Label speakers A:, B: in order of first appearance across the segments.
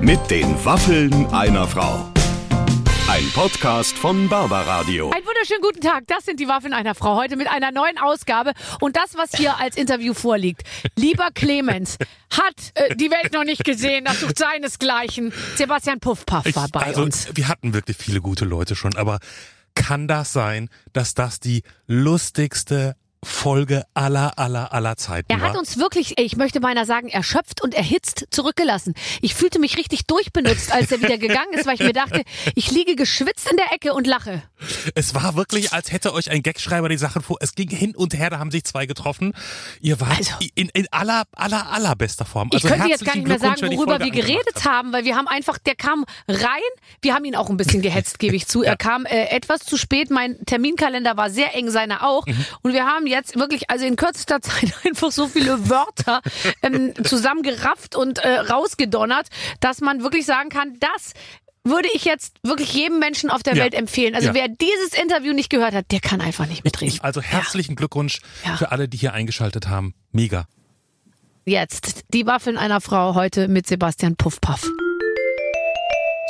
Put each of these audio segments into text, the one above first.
A: Mit den Waffeln einer Frau. Ein Podcast von Barbaradio.
B: Einen wunderschönen guten Tag. Das sind die Waffen einer Frau heute mit einer neuen Ausgabe. Und das, was hier als Interview vorliegt. Lieber Clemens, hat äh, die Welt noch nicht gesehen. Das sucht seinesgleichen. Sebastian Puffpaff war bei
C: also,
B: uns.
C: wir hatten wirklich viele gute Leute schon, aber kann das sein, dass das die lustigste Folge aller, aller, aller Zeiten
B: Er
C: war?
B: hat uns wirklich, ich möchte meiner sagen, erschöpft und erhitzt zurückgelassen. Ich fühlte mich richtig durchbenutzt, als er wieder gegangen ist, weil ich mir dachte, ich liege geschwitzt in der Ecke und lache.
C: es war wirklich, als hätte euch ein Gagschreiber die Sachen vor. Es ging hin und her, da haben sich zwei getroffen. Ihr wart
B: Also-
C: in, in aller, aller, allerbester Form.
B: Ich
C: Also
B: könnte jetzt gar
C: herzlichen
B: nicht mehr sagen,
C: Glückwunsch, wer die
B: worüber
C: Folge
B: wir
C: angemacht
B: geredet haben, weil wir haben einfach, der kam rein, wir haben ihn auch ein bisschen gehetzt, gebe ich zu. Er kam äh, etwas zu spät, mein Terminkalender war sehr eng, seiner auch.
C: Mhm.
B: Und wir haben jetzt wirklich, also in kürzester Zeit einfach so viele Wörter ähm, zusammengerafft und äh, rausgedonnert, dass man wirklich sagen kann, das würde ich jetzt wirklich jedem Menschen auf der
C: Ja.
B: Welt empfehlen. Also
C: Ja.
B: wer dieses Interview nicht gehört hat, der kann einfach nicht mitreden.
C: Also herzlichen Glückwunsch
B: Ja.
C: für alle, die hier eingeschaltet haben. Mega.
B: Jetzt die Waffeln einer Frau heute mit Sebastian Puffpaff.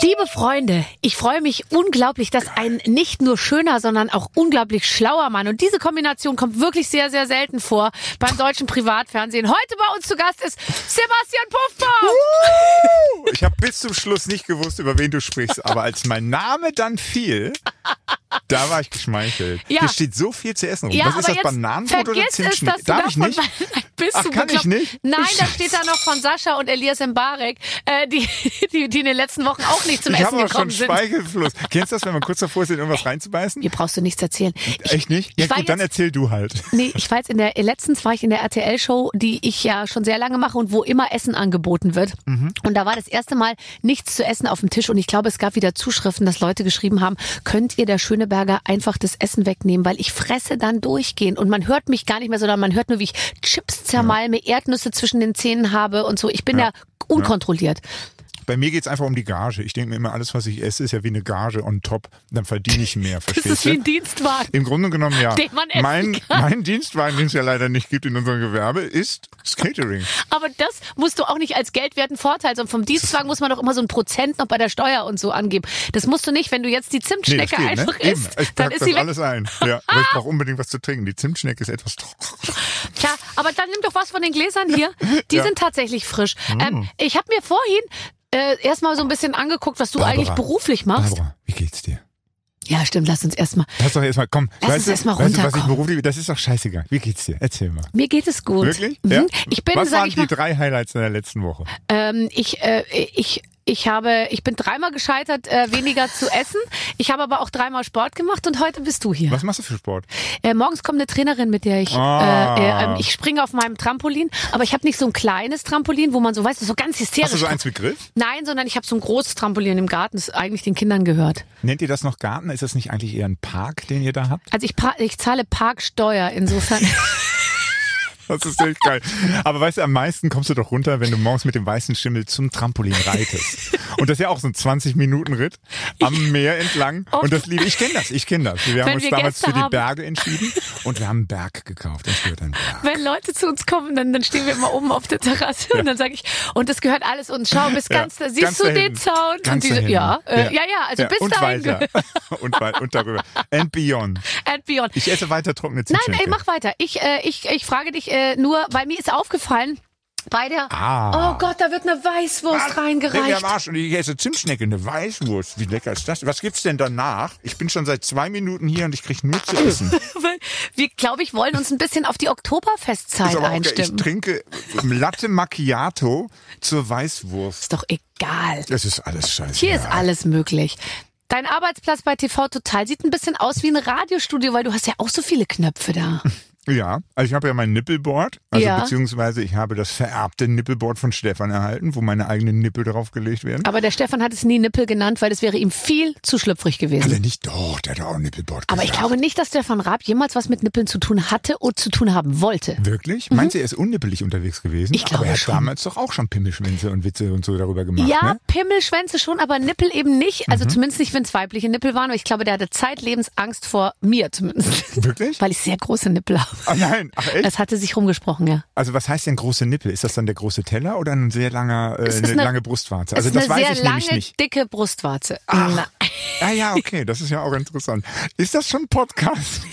B: Liebe Freunde, ich freue mich unglaublich, dass ein nicht nur schöner, sondern auch unglaublich schlauer Mann und diese Kombination kommt wirklich sehr, sehr selten vor beim deutschen Privatfernsehen. Heute bei uns zu Gast ist Sebastian Puffpaff.
D: Ich habe bis zum Schluss nicht gewusst, über wen du sprichst, aber als mein Name dann fiel, da war ich geschmeichelt.
B: Ja.
D: Hier steht so viel zu essen rum. Was ist das Bananenbrot oder
B: vergiss es,
D: Zimtschnitt?
B: dass du
D: Darf ich
B: davon
D: nicht?
B: Bist
D: Ach,
B: du
D: kann ich
B: bekloppt?
D: nicht?
B: Nein, da
D: Scheiße.
B: steht da noch von Sascha und Elias Mbarek, äh, die, die, die in den letzten Wochen auch nicht zum
D: Ich
B: Essen
D: habe auch schon
B: gekommen sind.
D: Speichelfluss. Kennst du das, wenn man kurz davor ist, in irgendwas reinzubeißen?
B: Hier brauchst du nichts erzählen. Ich,
D: Echt nicht? Ja
B: ich war
D: gut, dann
B: jetzt-
D: erzähl du halt.
B: Nee, ich war jetzt in der, letztens war ich in der RTL-Show, die ich ja schon sehr lange mache und wo immer Essen angeboten wird.
D: Mhm.
B: Und da war das erste Mal nichts zu essen auf dem Tisch und ich glaube, es gab wieder Zuschriften, dass Leute geschrieben haben, könnt ihr der Schöneberger einfach das Essen wegnehmen, weil ich fresse dann durchgehend und man hört mich gar nicht mehr, sondern man hört nur, wie ich Chips zermalme, Erdnüsse zwischen den Zähnen habe und so. Ich bin ja, unkontrolliert.
D: Bei mir geht's einfach um die Gage. Ich denke mir immer, alles, was ich esse, ist ja wie eine Gage on top. Dann verdiene ich mehr,
B: Das
D: verstehst
B: ist wie
D: du?
B: ein Dienstwagen.
D: Im Grunde genommen ja.
B: Den man essen
D: Mein,
B: kann.
D: mein Dienstwagen, den es ja leider nicht gibt in unserem Gewerbe, ist Skatering.
B: Aber das musst du auch nicht als geldwerten Vorteil, sondern vom Dienstwagen muss man doch immer so ein Prozent noch bei der Steuer und so angeben. Das musst du nicht, wenn du jetzt die
D: Nee, das
B: Zimtschnecke
D: geht,
B: einfach
D: ne?
B: isst,
D: Eben. Ich
B: dann
D: pack
B: ist
D: das
B: sie weg.
D: alles ein. Ja, aber ich brauche unbedingt was zu trinken. Die Zimtschnecke ist etwas trocken.
B: Klar, aber dann nimm doch was von den Gläsern hier. Die
D: Ja. Mm.
B: sind tatsächlich frisch. Ähm, ich habe mir vorhin äh, erstmal so ein bisschen angeguckt, was du
D: Barbara.
B: eigentlich beruflich machst.
D: Barbara, wie geht's dir?
B: Ja, stimmt, lass uns erstmal.
D: Lass doch erstmal, komm.
B: Lass uns
D: weißt du,
B: erst mal
D: weißt du, was ich
B: runterkommen.
D: beruflich, das ist doch scheißegal. Wie geht's dir? Erzähl mal.
B: Mir geht es gut.
D: Wirklich?
B: Mhm.
D: Ja?
B: Ich bin,
D: was
B: sag
D: waren
B: ich
D: die
B: mal,
D: drei Highlights in der letzten Woche?
B: ähm, ich, äh, ich, ich habe, ich bin dreimal gescheitert, äh, weniger zu essen. Ich habe aber auch dreimal Sport gemacht und heute bist du hier.
D: Was machst du für Sport?
B: Äh, morgens kommt eine Trainerin, mit der ich,
D: Ah.
B: äh, äh, ähm, ich springe auf meinem Trampolin, aber ich habe nicht so ein kleines Trampolin, wo man so, weißt du, so ganz hysterisch.
D: Hast du so eins mit Griff?
B: Nein, sondern ich habe so ein großes Trampolin im Garten, das eigentlich den Kindern gehört.
D: Nennt ihr das noch Garten? Ist das nicht eigentlich eher ein Park, den ihr da habt?
B: Also ich, pa- ich zahle Parksteuer insofern.
D: Das ist echt geil. Aber weißt du, am meisten kommst du doch runter, wenn du morgens mit dem weißen Schimmel zum Trampolin reitest. Und das ist ja auch so ein 20-Minuten-Ritt am Meer entlang. Und das liebe ich. Ich kenne das, ich kenne das. Wir haben
B: Wenn
D: uns
B: wir
D: damals
B: Gäste
D: für die
B: haben.
D: Berge entschieden und wir haben einen Berg gekauft. Ich würde einen Berg.
B: Wenn Leute zu uns kommen, dann, dann stehen wir immer oben auf der Terrasse und dann sage ich, und das gehört alles uns. Schau, bis
D: Ja,
B: ganz da. Siehst
D: ganz
B: du
D: da
B: den
D: hinten.
B: Zaun? und
D: Ganz da
B: diese,
D: hinten.
B: ja, äh, ja, ja, also bis
D: und
B: dahin.
D: weiter. Und, wei- und darüber. And beyond.
B: And beyond.
D: Ich esse weiter trockene
B: Nein,
D: Zimtschnecke.
B: ey, mach weiter. Ich, äh, ich, ich frage dich äh, nur, weil mir ist aufgefallen, bei der.
D: Ah.
B: Oh Gott, da wird eine Weißwurst
D: Leck mir
B: reingereicht.
D: am Arsch und ich esse Zimtschnecke, eine Weißwurst. Wie lecker ist das? Was gibt's denn danach? Ich bin schon seit zwei Minuten hier und ich krieg nur zu essen.
B: Weil Wir, glaube ich, wollen uns ein bisschen auf die Oktoberfestzeit
D: Ist aber auch geil.
B: einstimmen.
D: Ich trinke Latte Macchiato zur Weißwurst.
B: ist doch egal.
D: Das ist alles scheiße.
B: Hier ist alles möglich. Dein Arbeitsplatz bei TV Total sieht ein bisschen aus wie ein Radiostudio, weil du hast ja auch so viele Knöpfe da.
D: Ja, also ich habe ja mein Nippelboard, also
B: Ja.
D: beziehungsweise ich habe das vererbte Nippelboard von Stefan erhalten, wo meine eigenen Nippel drauf gelegt werden.
B: Aber der Stefan hat es nie Nippel genannt, weil es wäre ihm viel zu schlüpfrig
D: Hat
B: gewesen.
D: er nicht? Doch, der hat auch ein Nippelboard
B: Aber ich
D: gesagt.
B: glaube nicht, dass Stefan Raab jemals was mit Nippeln zu tun hatte oder zu tun haben wollte.
D: Wirklich? Meinst du, er ist unnippelig unterwegs gewesen?
B: Mhm. Ich glaube
D: Aber er hat
B: schon.
D: damals doch auch schon Pimmelschwänze und Witze und so darüber gemacht,
B: Ja,
D: ne? Mhm.
B: Pimmelschwänze schon, aber Nippel eben nicht. Also zumindest nicht, wenn es weibliche Nippel waren. Aber ich glaube, der hatte zeitlebens Angst vor mir zumindest.
D: Wirklich?
B: Weil ich sehr große Nippel habe.
D: Ah, nein, ach echt?
B: Es hatte sich rumgesprochen, ja.
D: Also was heißt denn große Nippel? Ist das dann der große Teller oder ein sehr langer, äh,
B: Es ist
D: eine,
B: eine-
D: lange Brustwarze? Also
B: es ist
D: das
B: eine
D: weiß
B: sehr
D: ich nämlich
B: lange,
D: nicht.
B: dicke Brustwarze. Na,
D: Ah ja, okay, das ist ja auch interessant. Ist das schon Podcast?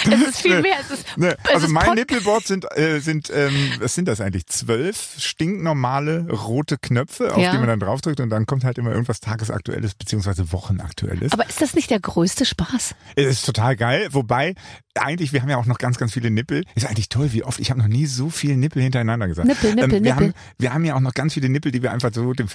B: es ist viel mehr. Es ist,
D: Ne,
B: es
D: also
B: ist
D: mein
B: Pod-
D: Nippelboard sind, äh, sind ähm, was sind das eigentlich? Zwölf stinknormale rote Knöpfe, auf
B: Ja.
D: die man dann draufdrückt und dann kommt halt immer irgendwas Tagesaktuelles beziehungsweise Wochenaktuelles.
B: Aber ist das nicht der größte Spaß?
D: Es ist total geil, wobei eigentlich, wir haben ja auch noch ganz, ganz viele Nippel. Ist eigentlich toll, wie oft, ich habe noch nie so viel Nippel hintereinander gesagt. Ähm,
B: Nippel, Nippel,
D: wir,
B: Nippel.
D: Haben, wir haben ja auch noch ganz viele Nippel, die wir einfach so dem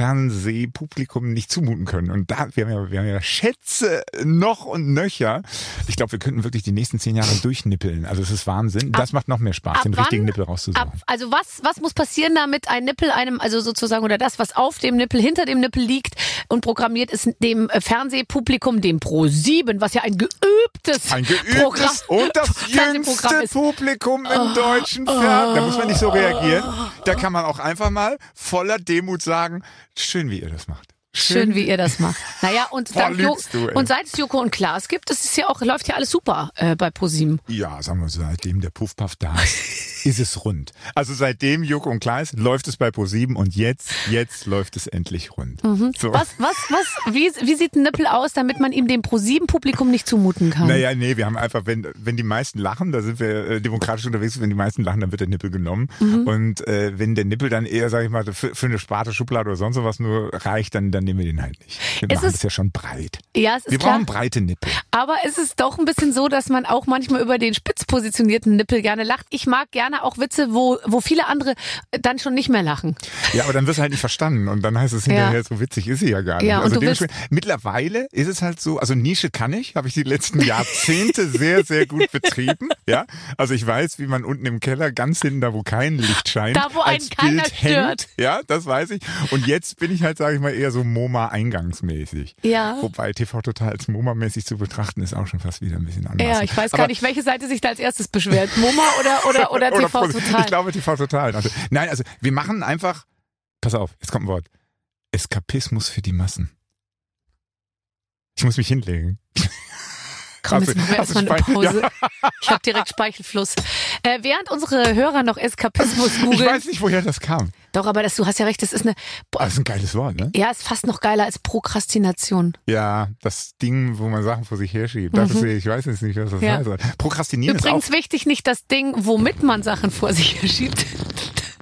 D: Fernsehpublikum nicht zumuten können. Und da, wir haben ja, wir haben ja Schätze noch und nöcher. Ich glaube, wir könnten wirklich die nächsten zehn Jahre durchnippeln. Also es ist Wahnsinn. Das macht noch mehr Spaß,
B: ab
D: den richtigen
B: wann-
D: Nippel rauszusuchen.
B: Ab, also was, was muss passieren, damit ein Nippel einem, also sozusagen, oder das, was auf dem Nippel, hinter dem Nippel liegt und programmiert ist, dem äh, Fernsehpublikum, dem Pro7, was ja ein geübtes,
D: Ein geübtes
B: Programm,
D: und das
B: Fernsehprogramm
D: jüngste
B: ist. Ah,
D: Publikum im deutschen Fernsehen. Da muss man nicht so reagieren. Da kann man auch einfach mal voller Demut sagen, schön, wie ihr das macht.
B: Schön, wie ihr das macht. Naja, und,
D: Boah,
B: dank Jo-
D: lügst du, ey.
B: und seit es Joko und Klaas gibt, das ist ja auch, läuft ja alles super äh, bei ProSieben.
D: Ja, sagen wir, seitdem der Puffpuff da ist, ist es rund. Also seitdem Juck und Kleis läuft es bei ProSieben und jetzt, jetzt läuft es endlich rund. So.
B: Mhm. Was, was, was, wie, wie sieht ein Nippel aus, damit man ihm dem ProSieben-Publikum nicht zumuten kann?
D: Naja, nee, wir haben einfach, wenn, wenn die meisten lachen, da sind wir äh, demokratisch unterwegs, wenn die meisten lachen, dann wird der Nippel genommen.
B: Mhm.
D: Und äh, wenn der Nippel dann eher, sag ich mal, für, für eine Sparte, Schublade oder sonst was nur reicht, dann, dann nehmen wir den halt nicht. Wir
B: Es
D: machen
B: ist-
D: das ja schon breit.
B: Ja, es ist
D: Wir
B: klar.
D: brauchen breite Nippel.
B: Aber es ist doch ein bisschen so, dass man auch manchmal über den spitz positionierten Nippel gerne lacht. Ich mag gerne auch Witze, wo, wo viele andere dann schon nicht mehr lachen.
D: Ja, aber dann wirst du halt nicht verstanden und dann heißt es hinterher,
B: Ja.
D: so witzig ist sie ja gar nicht.
B: Ja, und
D: also
B: du willst-
D: dementsprechend- mittlerweile ist es halt so, also Nische kann ich, habe ich die letzten Jahrzehnte sehr, sehr gut betrieben. Ja, also ich weiß, wie man unten im Keller ganz hinten da, wo kein Licht scheint,
B: Da, wo einen
D: als
B: keiner
D: Bild
B: stört.
D: hängt. Ja, das weiß ich. Und jetzt bin ich halt, sage ich mal, eher so MoMA-eingangsmäßig.
B: Ja.
D: Wobei TV Total als MoMA-mäßig zu betrachten ist auch schon fast wieder ein bisschen anders.
B: Ja, ich weiß gar
D: Aber
B: nicht, welche Seite sich da als erstes beschwert. Moma oder, oder, oder TV
D: Pro- Ich
B: Total.
D: glaube TV Total. Also, nein, also wir machen einfach, pass auf, jetzt kommt ein Wort. Eskapismus für die Massen. Ich muss mich hinlegen.
B: Komm,
D: hast
B: jetzt
D: du-
B: machen wir
D: hast du
B: erstmal eine
D: Speichel-
B: Pause. Ich habe direkt Speichelfluss. Äh, während unsere Hörer noch Eskapismus
D: Ich
B: googeln.
D: weiß nicht, woher das kam.
B: Doch, aber das, du hast ja recht, das ist eine.
D: Aber
B: Boah,
D: Das ist ein geiles Wort, ne?
B: ja, ist fast noch geiler als Prokrastination.
D: Ja, das Ding, wo man Sachen vor sich herschiebt. Das ist, ich weiß jetzt nicht, was das
B: Mhm. Ja.
D: heißt. Prokrastinieren ist auch
B: Übrigens wichtig, nicht das Ding, womit man Sachen vor sich herschiebt.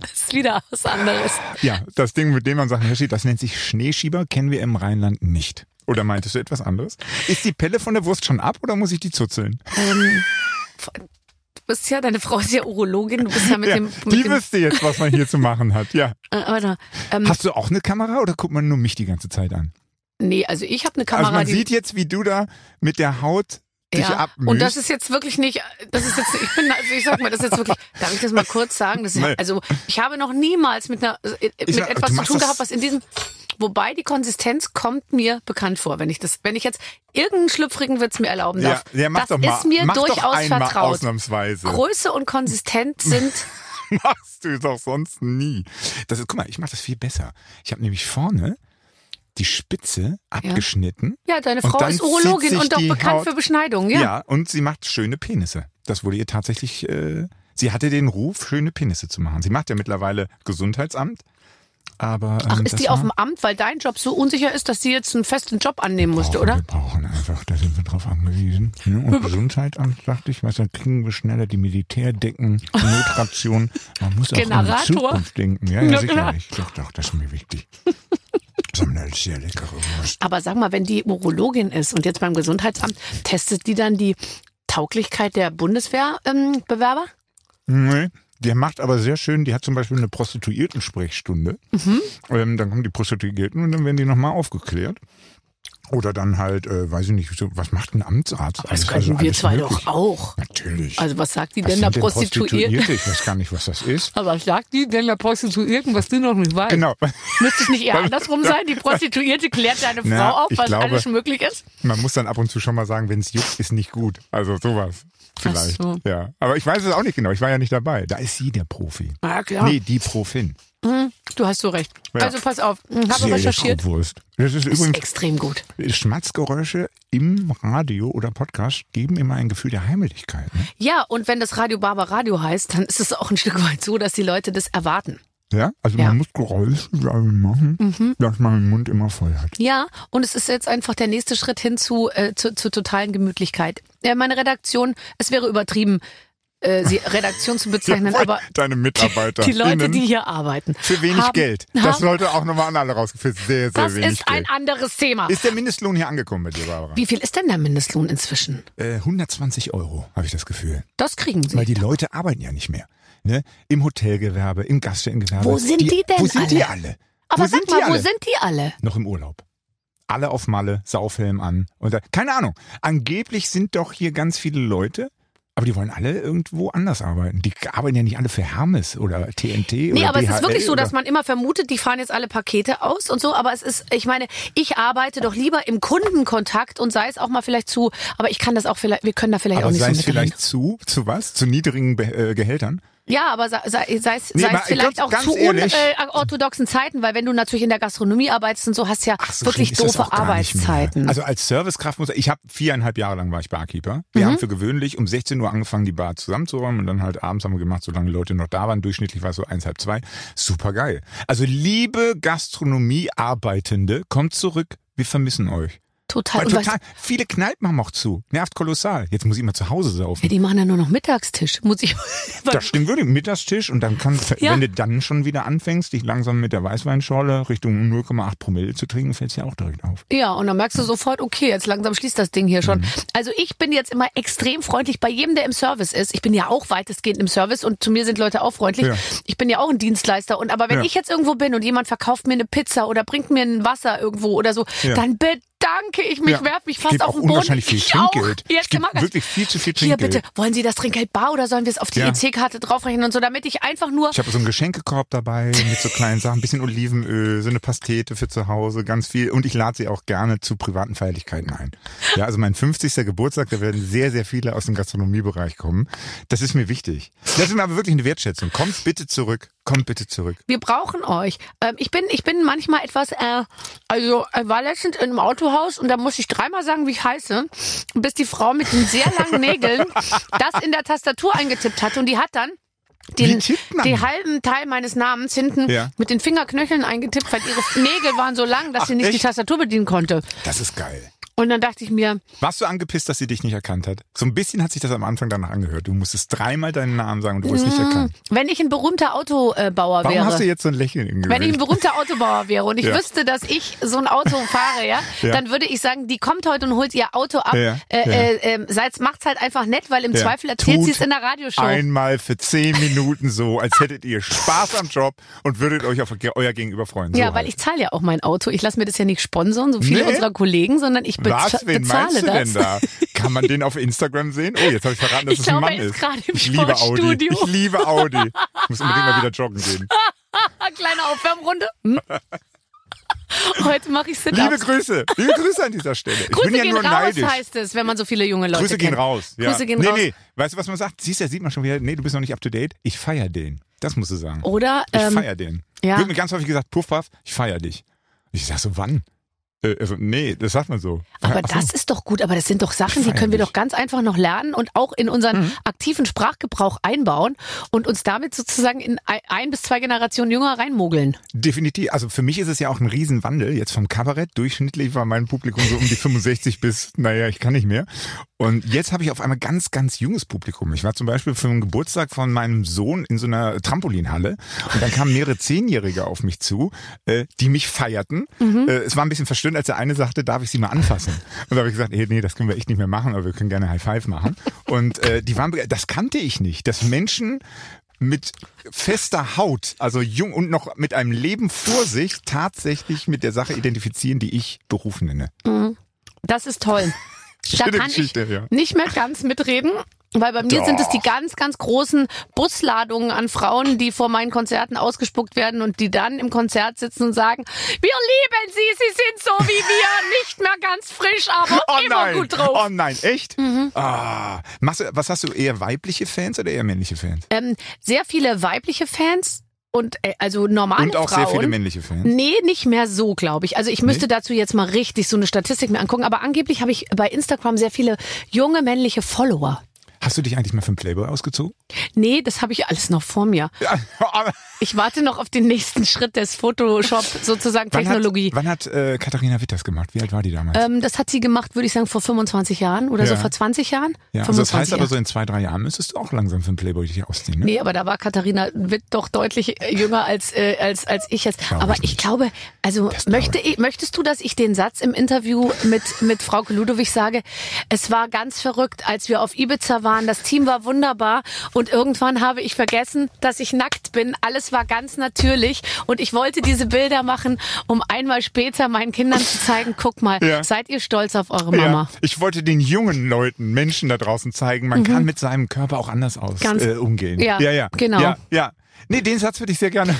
B: Das ist wieder was anderes.
D: Ja, das Ding, mit dem man Sachen herschiebt, das nennt sich Schneeschieber, kennen wir im Rheinland nicht. Oder meintest du etwas anderes? Ist die Pelle von der Wurst schon ab oder muss ich die zuzeln?
B: Ähm, du bist ja, deine Frau ist ja Urologin, du bist ja mit
D: ja,
B: dem. Mit
D: die
B: dem,
D: wüsste jetzt, was man hier zu machen hat. Ja.
B: äh, warte mal. ähm,
D: Hast du auch eine Kamera oder guckt man nur mich die ganze Zeit an?
B: nee, also ich habe eine Kamera,
D: also man
B: die.
D: sieht jetzt, wie du da mit der Haut dich
B: ja,
D: abmühst.
B: und das ist jetzt wirklich nicht, das ist jetzt, ich bin, also ich sag mal, das ist jetzt wirklich, darf ich das mal kurz sagen? Das ist,
D: Nee.
B: Also ich habe noch niemals mit einer, äh, mit
D: sag, du
B: etwas zu
D: machst
B: tun
D: das-
B: gehabt, was in diesem, wobei die Konsistenz kommt mir bekannt vor, wenn ich das, wenn ich jetzt irgendeinen schlüpfrigen Witz mir erlauben
D: ja,
B: darf.
D: ja, mach
B: das
D: doch mal.
B: ist mir
D: mach doch
B: durchaus
D: einmal
B: vertraut.
D: Ausnahmsweise.
B: Größe und Konsistenz sind
D: Machst du doch sonst nie. Das ist, guck mal, ich mache das viel besser. Ich habe nämlich vorne die Spitze abgeschnitten.
B: Ja, deine
D: Und
B: Frau
D: dann
B: ist
D: zieht
B: Urologin
D: sich
B: und doch
D: die
B: bekannt
D: Haut-
B: für Beschneidung, ja.
D: Ja. und sie macht schöne Penisse. Das wurde ihr tatsächlich, äh, sie hatte den Ruf, schöne Penisse zu machen. Sie macht ja mittlerweile Gesundheitsamt. Aber, ähm,
B: Ach, ist
D: das
B: die auf
D: war-
B: dem Amt, weil dein Job so unsicher ist, dass sie jetzt einen festen Job annehmen musste,
D: brauchen,
B: oder?
D: Wir brauchen einfach, da sind wir drauf angewiesen. Ne? Und Gesundheitsamt, dachte ich, was, dann kriegen wir schneller die Militärdecken, Notration. Man muss auch an
B: Generator.
D: die Zukunft denken. Ja, ja,
B: Na klar.
D: sicherlich. Doch, doch, das ist mir wichtig. So eine sehr leckere Wurst.
B: Aber sag mal, wenn die Urologin ist und jetzt beim Gesundheitsamt, testet die dann die Tauglichkeit der ähm, Bundeswehrbewerber?
D: Nee. Der macht aber sehr schön, die hat zum Beispiel eine Prostituierten-Sprechstunde.
B: Mhm.
D: Ähm, dann kommen die Prostituierten und dann werden die nochmal aufgeklärt. Oder dann halt, äh, weiß ich nicht, so, was macht ein Amtsarzt?
B: das
D: Alles-
B: könnten
D: also
B: wir
D: alles
B: zwei
D: möglich.
B: doch auch.
D: Natürlich.
B: Also was sagt die
D: Was
B: denn der
D: sind
B: Prostituierten?
D: Ich weiß gar nicht, was das ist.
B: Aber was sagt die denn der Prostituierten, was du noch nicht weißt?
D: Genau.
B: Müsste es nicht eher andersrum sein? Die Prostituierte klärt deine Frau
D: Na,
B: auf,
D: ich
B: was
D: glaube-
B: alles möglich ist?
D: Man muss dann ab und zu schon mal sagen, wenn es juckt, ist nicht gut. Also sowas. Vielleicht.
B: Ach so.
D: Ja. Aber ich weiß es auch nicht genau. Ich war ja nicht dabei. Da ist sie der Profi.
B: Na klar.
D: Nee, die Profin.
B: Du hast so recht.
D: Ja.
B: Also pass auf, habe
D: Sehr
B: recherchiert.
D: leckere Wurst. Das ist
B: Ist
D: übrigens
B: extrem gut.
D: Schmatzgeräusche im Radio oder Podcast geben immer ein Gefühl der Heimeligkeit. Ne?
B: Ja, und wenn das Radio Barber Radio heißt, dann ist es auch ein Stück weit so, dass die Leute das erwarten.
D: Ja, also
B: Ja. Mhm.
D: man muss Geräusche damit machen, dass man den Mund immer voll hat.
B: Ja, und es ist jetzt einfach der nächste Schritt hin zu, äh, zu, zur totalen Gemütlichkeit. Äh, meine Redaktion, es wäre übertrieben, äh, sie Redaktion zu bezeichnen, aber
D: Deine Mitarbeiter.
B: die Leute,
D: innen,
B: die hier arbeiten.
D: für wenig
B: haben,
D: Geld. Das
B: Haben,
D: sollte auch nochmal an alle rausgeführt. Sehr, sehr
B: das
D: wenig
B: ist ein
D: Geld.
B: anderes Thema.
D: Ist der Mindestlohn hier angekommen bei dir, Barbara?
B: Wie viel ist denn der Mindestlohn inzwischen?
D: Äh, 120 Euro, habe ich das Gefühl.
B: Das kriegen sie.
D: Weil die Leute arbeiten ja nicht mehr. Ne? Im Hotelgewerbe, im Gaststättengewerbe.
B: Wo sind die denn
D: Wo sind die
B: alle?
D: alle?
B: aber
D: wo
B: sag
D: sind
B: mal,
D: die
B: wo
D: alle?
B: sind die alle?
D: Noch im Urlaub. Alle auf Malle, Saufhelm an. Und da, keine Ahnung. Angeblich sind doch hier ganz viele Leute, aber die wollen alle irgendwo anders arbeiten. Die arbeiten ja nicht alle für Hermes oder TNT oder
B: Nee, aber es ist
D: DHL
B: wirklich so,
D: oder-
B: dass man immer vermutet, die fahren jetzt alle Pakete aus und so. Aber es ist, ich meine, ich arbeite doch lieber im Kundenkontakt und sei es auch mal vielleicht zu. Aber ich kann das auch vielleicht, wir können da vielleicht
D: Aber
B: auch nicht
D: sei
B: so
D: es
B: mit rein.
D: vielleicht zu, zu was? Zu niedrigen Be äh, Gehältern?
B: Ja, aber sei, sei, sei es
D: Nee,
B: sei
D: aber
B: es vielleicht
D: ganz-
B: auch
D: ganz
B: zu
D: ehrlich-
B: unorthodoxen äh, orthodoxen Zeiten, weil wenn du natürlich in der Gastronomie arbeitest und so, hast du ja
D: Ach, so
B: wirklich
D: schlimm ist das
B: doofe
D: auch gar nicht mehr.
B: Arbeitszeiten.
D: Also als Servicekraft muss ich habe viereinhalb Jahre lang war ich Barkeeper.
B: Mhm.
D: Wir haben für gewöhnlich um 16 Uhr angefangen, die Bar zusammenzuräumen und dann halt abends haben wir gemacht, solange die Leute noch da waren. Durchschnittlich war es so eins, halb zwei. Super geil. Also liebe Gastronomiearbeitende, kommt zurück. Wir vermissen euch.
B: total. Ah,
D: Weil
B: Und weißt,
D: total, viele Kneipen haben auch zu. Nervt kolossal. Jetzt muss ich immer zu Hause
B: ja,
D: saufen.
B: die machen ja nur noch Mittagstisch. Muss ich.
D: Das stimmt wirklich. Mittagstisch und dann kann,
B: Ja.
D: wenn du dann schon wieder anfängst, dich langsam mit der Weißweinschorle Richtung 0,8 Promille zu trinken, fällt es ja auch direkt auf.
B: Ja, und dann merkst du sofort, okay, jetzt langsam schließt das Ding hier schon.
D: Mhm.
B: Also ich bin jetzt immer extrem freundlich bei jedem, der im Service ist. Ich bin ja auch weitestgehend im Service und zu mir sind Leute auch freundlich.
D: Ja.
B: Ich bin ja auch ein Dienstleister. Und aber wenn
D: Ja.
B: ich jetzt irgendwo bin und jemand verkauft mir eine Pizza oder bringt mir ein Wasser irgendwo oder so,
D: Ja.
B: dann bedanke ich mich,
D: Ja.
B: werf mich
D: Es
B: fast
D: gibt
B: auf
D: auch
B: den Boden.
D: unwahrscheinlich viel
B: ich
D: Trinkgeld.
B: Auch.
D: Es
B: Jetzt
D: gibt
B: mal ganz-
D: wirklich viel zu viel
B: Hier bitte,
D: Trinkgeld.
B: wollen Sie das Trinkgeld bar oder sollen wir es auf die
D: Ja.
B: EC-Karte draufrechnen und so, damit ich einfach nur
D: Ich habe so einen Geschenkekorb dabei mit so kleinen Sachen, ein bisschen Olivenöl, so eine Pastete für zu Hause, ganz viel. Und ich lade sie auch gerne zu privaten Feierlichkeiten ein. Ja, also mein 50. Geburtstag, da werden sehr, sehr viele aus dem Gastronomiebereich kommen. Das ist mir wichtig. Das ist mir aber wirklich eine Wertschätzung. Kommt bitte zurück. Kommt bitte zurück.
B: wir brauchen euch. Ähm, ich bin, ich bin manchmal etwas, äh, also äh, war letztens in einem Autohaus und da musste ich dreimal sagen, wie ich heiße, bis die Frau mit den sehr langen Nägeln das in der Tastatur eingetippt hatte und die hat dann
D: Wie
B: den,
D: tippt man?
B: den halben Teil meines Namens hinten
D: Ja.
B: mit den Fingerknöcheln eingetippt, weil ihre Nägel waren so lang, dass sie nicht die
D: echt?
B: Tastatur bedienen konnte.
D: Das ist geil.
B: Und dann dachte ich mir,
D: Warst du angepisst, dass sie dich nicht erkannt hat? So ein bisschen hat sich das am Anfang danach angehört. Du musstest dreimal deinen Namen sagen und du wurdest nicht erkannt.
B: wenn ich ein berühmter Autobauer
D: Warum
B: wäre.
D: hast du jetzt so ein Lächeln im
B: Wenn ich ein
D: Gesicht?
B: berühmter Autobauer wäre und ich
D: Ja.
B: wüsste, dass ich so ein Auto fahre, ja,
D: Ja.
B: dann würde ich sagen, die kommt heute und holt ihr Auto ab.
D: Ja,
B: Äh,
D: ja.
B: Äh, äh, seid's- macht's halt einfach nett, weil im
D: Ja.
B: Zweifel erzählt
D: Tut
B: sie es in der Radioshow.
D: Einmal für zehn Minuten so, als hättet ihr Spaß am Job und würdet euch auf euer Gegenüber freuen. So
B: ja, weil
D: halt.
B: ich zahle ja auch mein Auto. Ich lasse mir das ja nicht sponsern, so viele
D: Nee.
B: unserer Kollegen, sondern ich bez
D: Was, wen
B: bezahle
D: meinst du
B: das.
D: denn da? Kann man den auf Instagram sehen? Oh, jetzt habe ich verraten, dass
B: Ich
D: es ein
B: glaube,
D: Mann
B: er ist
D: ist.
B: gerade im
D: ich liebe Audi.
B: Sportstudio.
D: Ich liebe Audi. Ich muss unbedingt mal wieder joggen gehen.
B: Ah, kleine Aufwärmrunde. Hm? Heute mache ich sit
D: Liebe Grüße. Liebe Grüße an dieser Stelle. ich
B: Grüße
D: bin ja
B: gehen
D: nur
B: raus,
D: neidisch.
B: heißt es, wenn man so viele junge Leute
D: Grüße gehen
B: kennt.
D: raus. Ja.
B: Grüße gehen
D: nee,
B: raus.
D: Nee, weißt du, was man sagt? Siehst du, da sieht man schon wieder, nee, du bist noch nicht up to date. Ich feier den. Das musst du sagen.
B: Oder
D: Ich
B: ähm,
D: feier den.
B: ja.
D: Wird mir ganz häufig gesagt, Puff, Puff, ich feier dich. Ich sag so, wann? Äh, also, nee, das sagt man so.
B: Aber
D: Ach so.
B: das ist doch gut, aber das sind doch Sachen, die
D: Feier
B: können wir
D: dich.
B: doch ganz einfach noch lernen und auch in unseren
D: Mhm.
B: aktiven Sprachgebrauch einbauen und uns damit sozusagen in ei- ein bis zwei Generationen jünger reinmogeln.
D: Definitiv. Also für mich ist es ja auch ein Riesenwandel jetzt vom Kabarett. Durchschnittlich war mein Publikum so um die 65 bis, naja, ich kann nicht mehr. Und jetzt habe ich auf einmal ganz, ganz junges Publikum. Ich war zum Beispiel für einen Geburtstag von meinem Sohn in so einer Trampolinhalle und dann kamen mehrere Zehnjährige auf mich zu, äh, die mich feierten. Äh, es war ein bisschen verstörend, als der eine sagte, darf ich sie mal anfassen? Und da habe ich gesagt, ey, nee, das können wir echt nicht mehr machen, aber wir können gerne High Five machen. Und äh, die waren, bege- das kannte ich nicht, dass Menschen mit fester Haut, also jung und noch mit einem Leben vor sich, tatsächlich mit der Sache identifizieren, die ich Beruf nenne.
B: Das ist toll. Da
D: Schöne
B: kann ich
D: Geschichte, ja.
B: nicht mehr ganz mitreden, weil bei mir sind es die ganz, ganz großen Busladungen an Frauen, die vor meinen Konzerten ausgespuckt werden und die dann im Konzert sitzen und sagen, wir lieben sie, sie sind so wie wir, nicht mehr ganz frisch, aber immer
D: nein!
B: gut drauf. Mhm.
D: Oh nein, echt? Ah,
B: Äh,
D: machst du, was hast du, eher weibliche Fans oder eher männliche Fans?
B: ähm, sehr viele weibliche Fans. und äh, also normale
D: Und auch
B: Frauen. Mhm.
D: sehr viele männliche Fans.
B: Nee, nicht mehr so, glaube ich. Also ich müsste dazu jetzt mal richtig so eine Statistik mir angucken. Aber angeblich habe ich bei Instagram sehr viele junge männliche Follower.
D: Hast du dich eigentlich mal für den Playboy ausgezogen?
B: Nee, das habe ich alles noch vor mir.
D: Ja, aber-
B: Ich warte noch auf den nächsten Schritt des Photoshop sozusagen
D: wann hat,
B: Technologie.
D: wann hat äh, Katharina Witt das gemacht? Wie alt war die damals?
B: ähm, das hat sie gemacht, würde ich sagen, vor 25 Jahren oder so
D: Ja.
B: vor 20 Jahren.
D: ja, also das
B: 25
D: heißt aber
B: Jahre.
D: so in zwei, drei Jahren müsstest du auch langsam für den Playboy dich ausziehen. Ne?
B: Nee, aber da war Katharina Witt doch deutlich äh, jünger als, äh, als, als ich jetzt.
D: Glaub
B: aber
D: ich
B: ich,
D: nicht.
B: glaube, also
D: Das glaub
B: möchte, ich, möchtest du, dass ich den Satz im Interview mit, mit Frau Ludowig sage, es war ganz verrückt, als wir auf Ibiza waren, das Team war wunderbar und irgendwann habe ich vergessen, dass ich nackt bin. Alles war ganz natürlich und ich wollte diese Bilder machen, um einmal später meinen Kindern zu zeigen, guck mal,
D: Ja.
B: seid ihr stolz auf eure Mama. Mhm.
D: Ja, ich wollte den jungen Leuten, Menschen da draußen zeigen, man kann mit seinem Körper auch anders aus
B: Ganz-
D: äh, umgehen.
B: Ja,
D: ja, ja.
B: genau. Mhm.
D: Ja, ja. Nee, den Satz würde ich sehr gerne.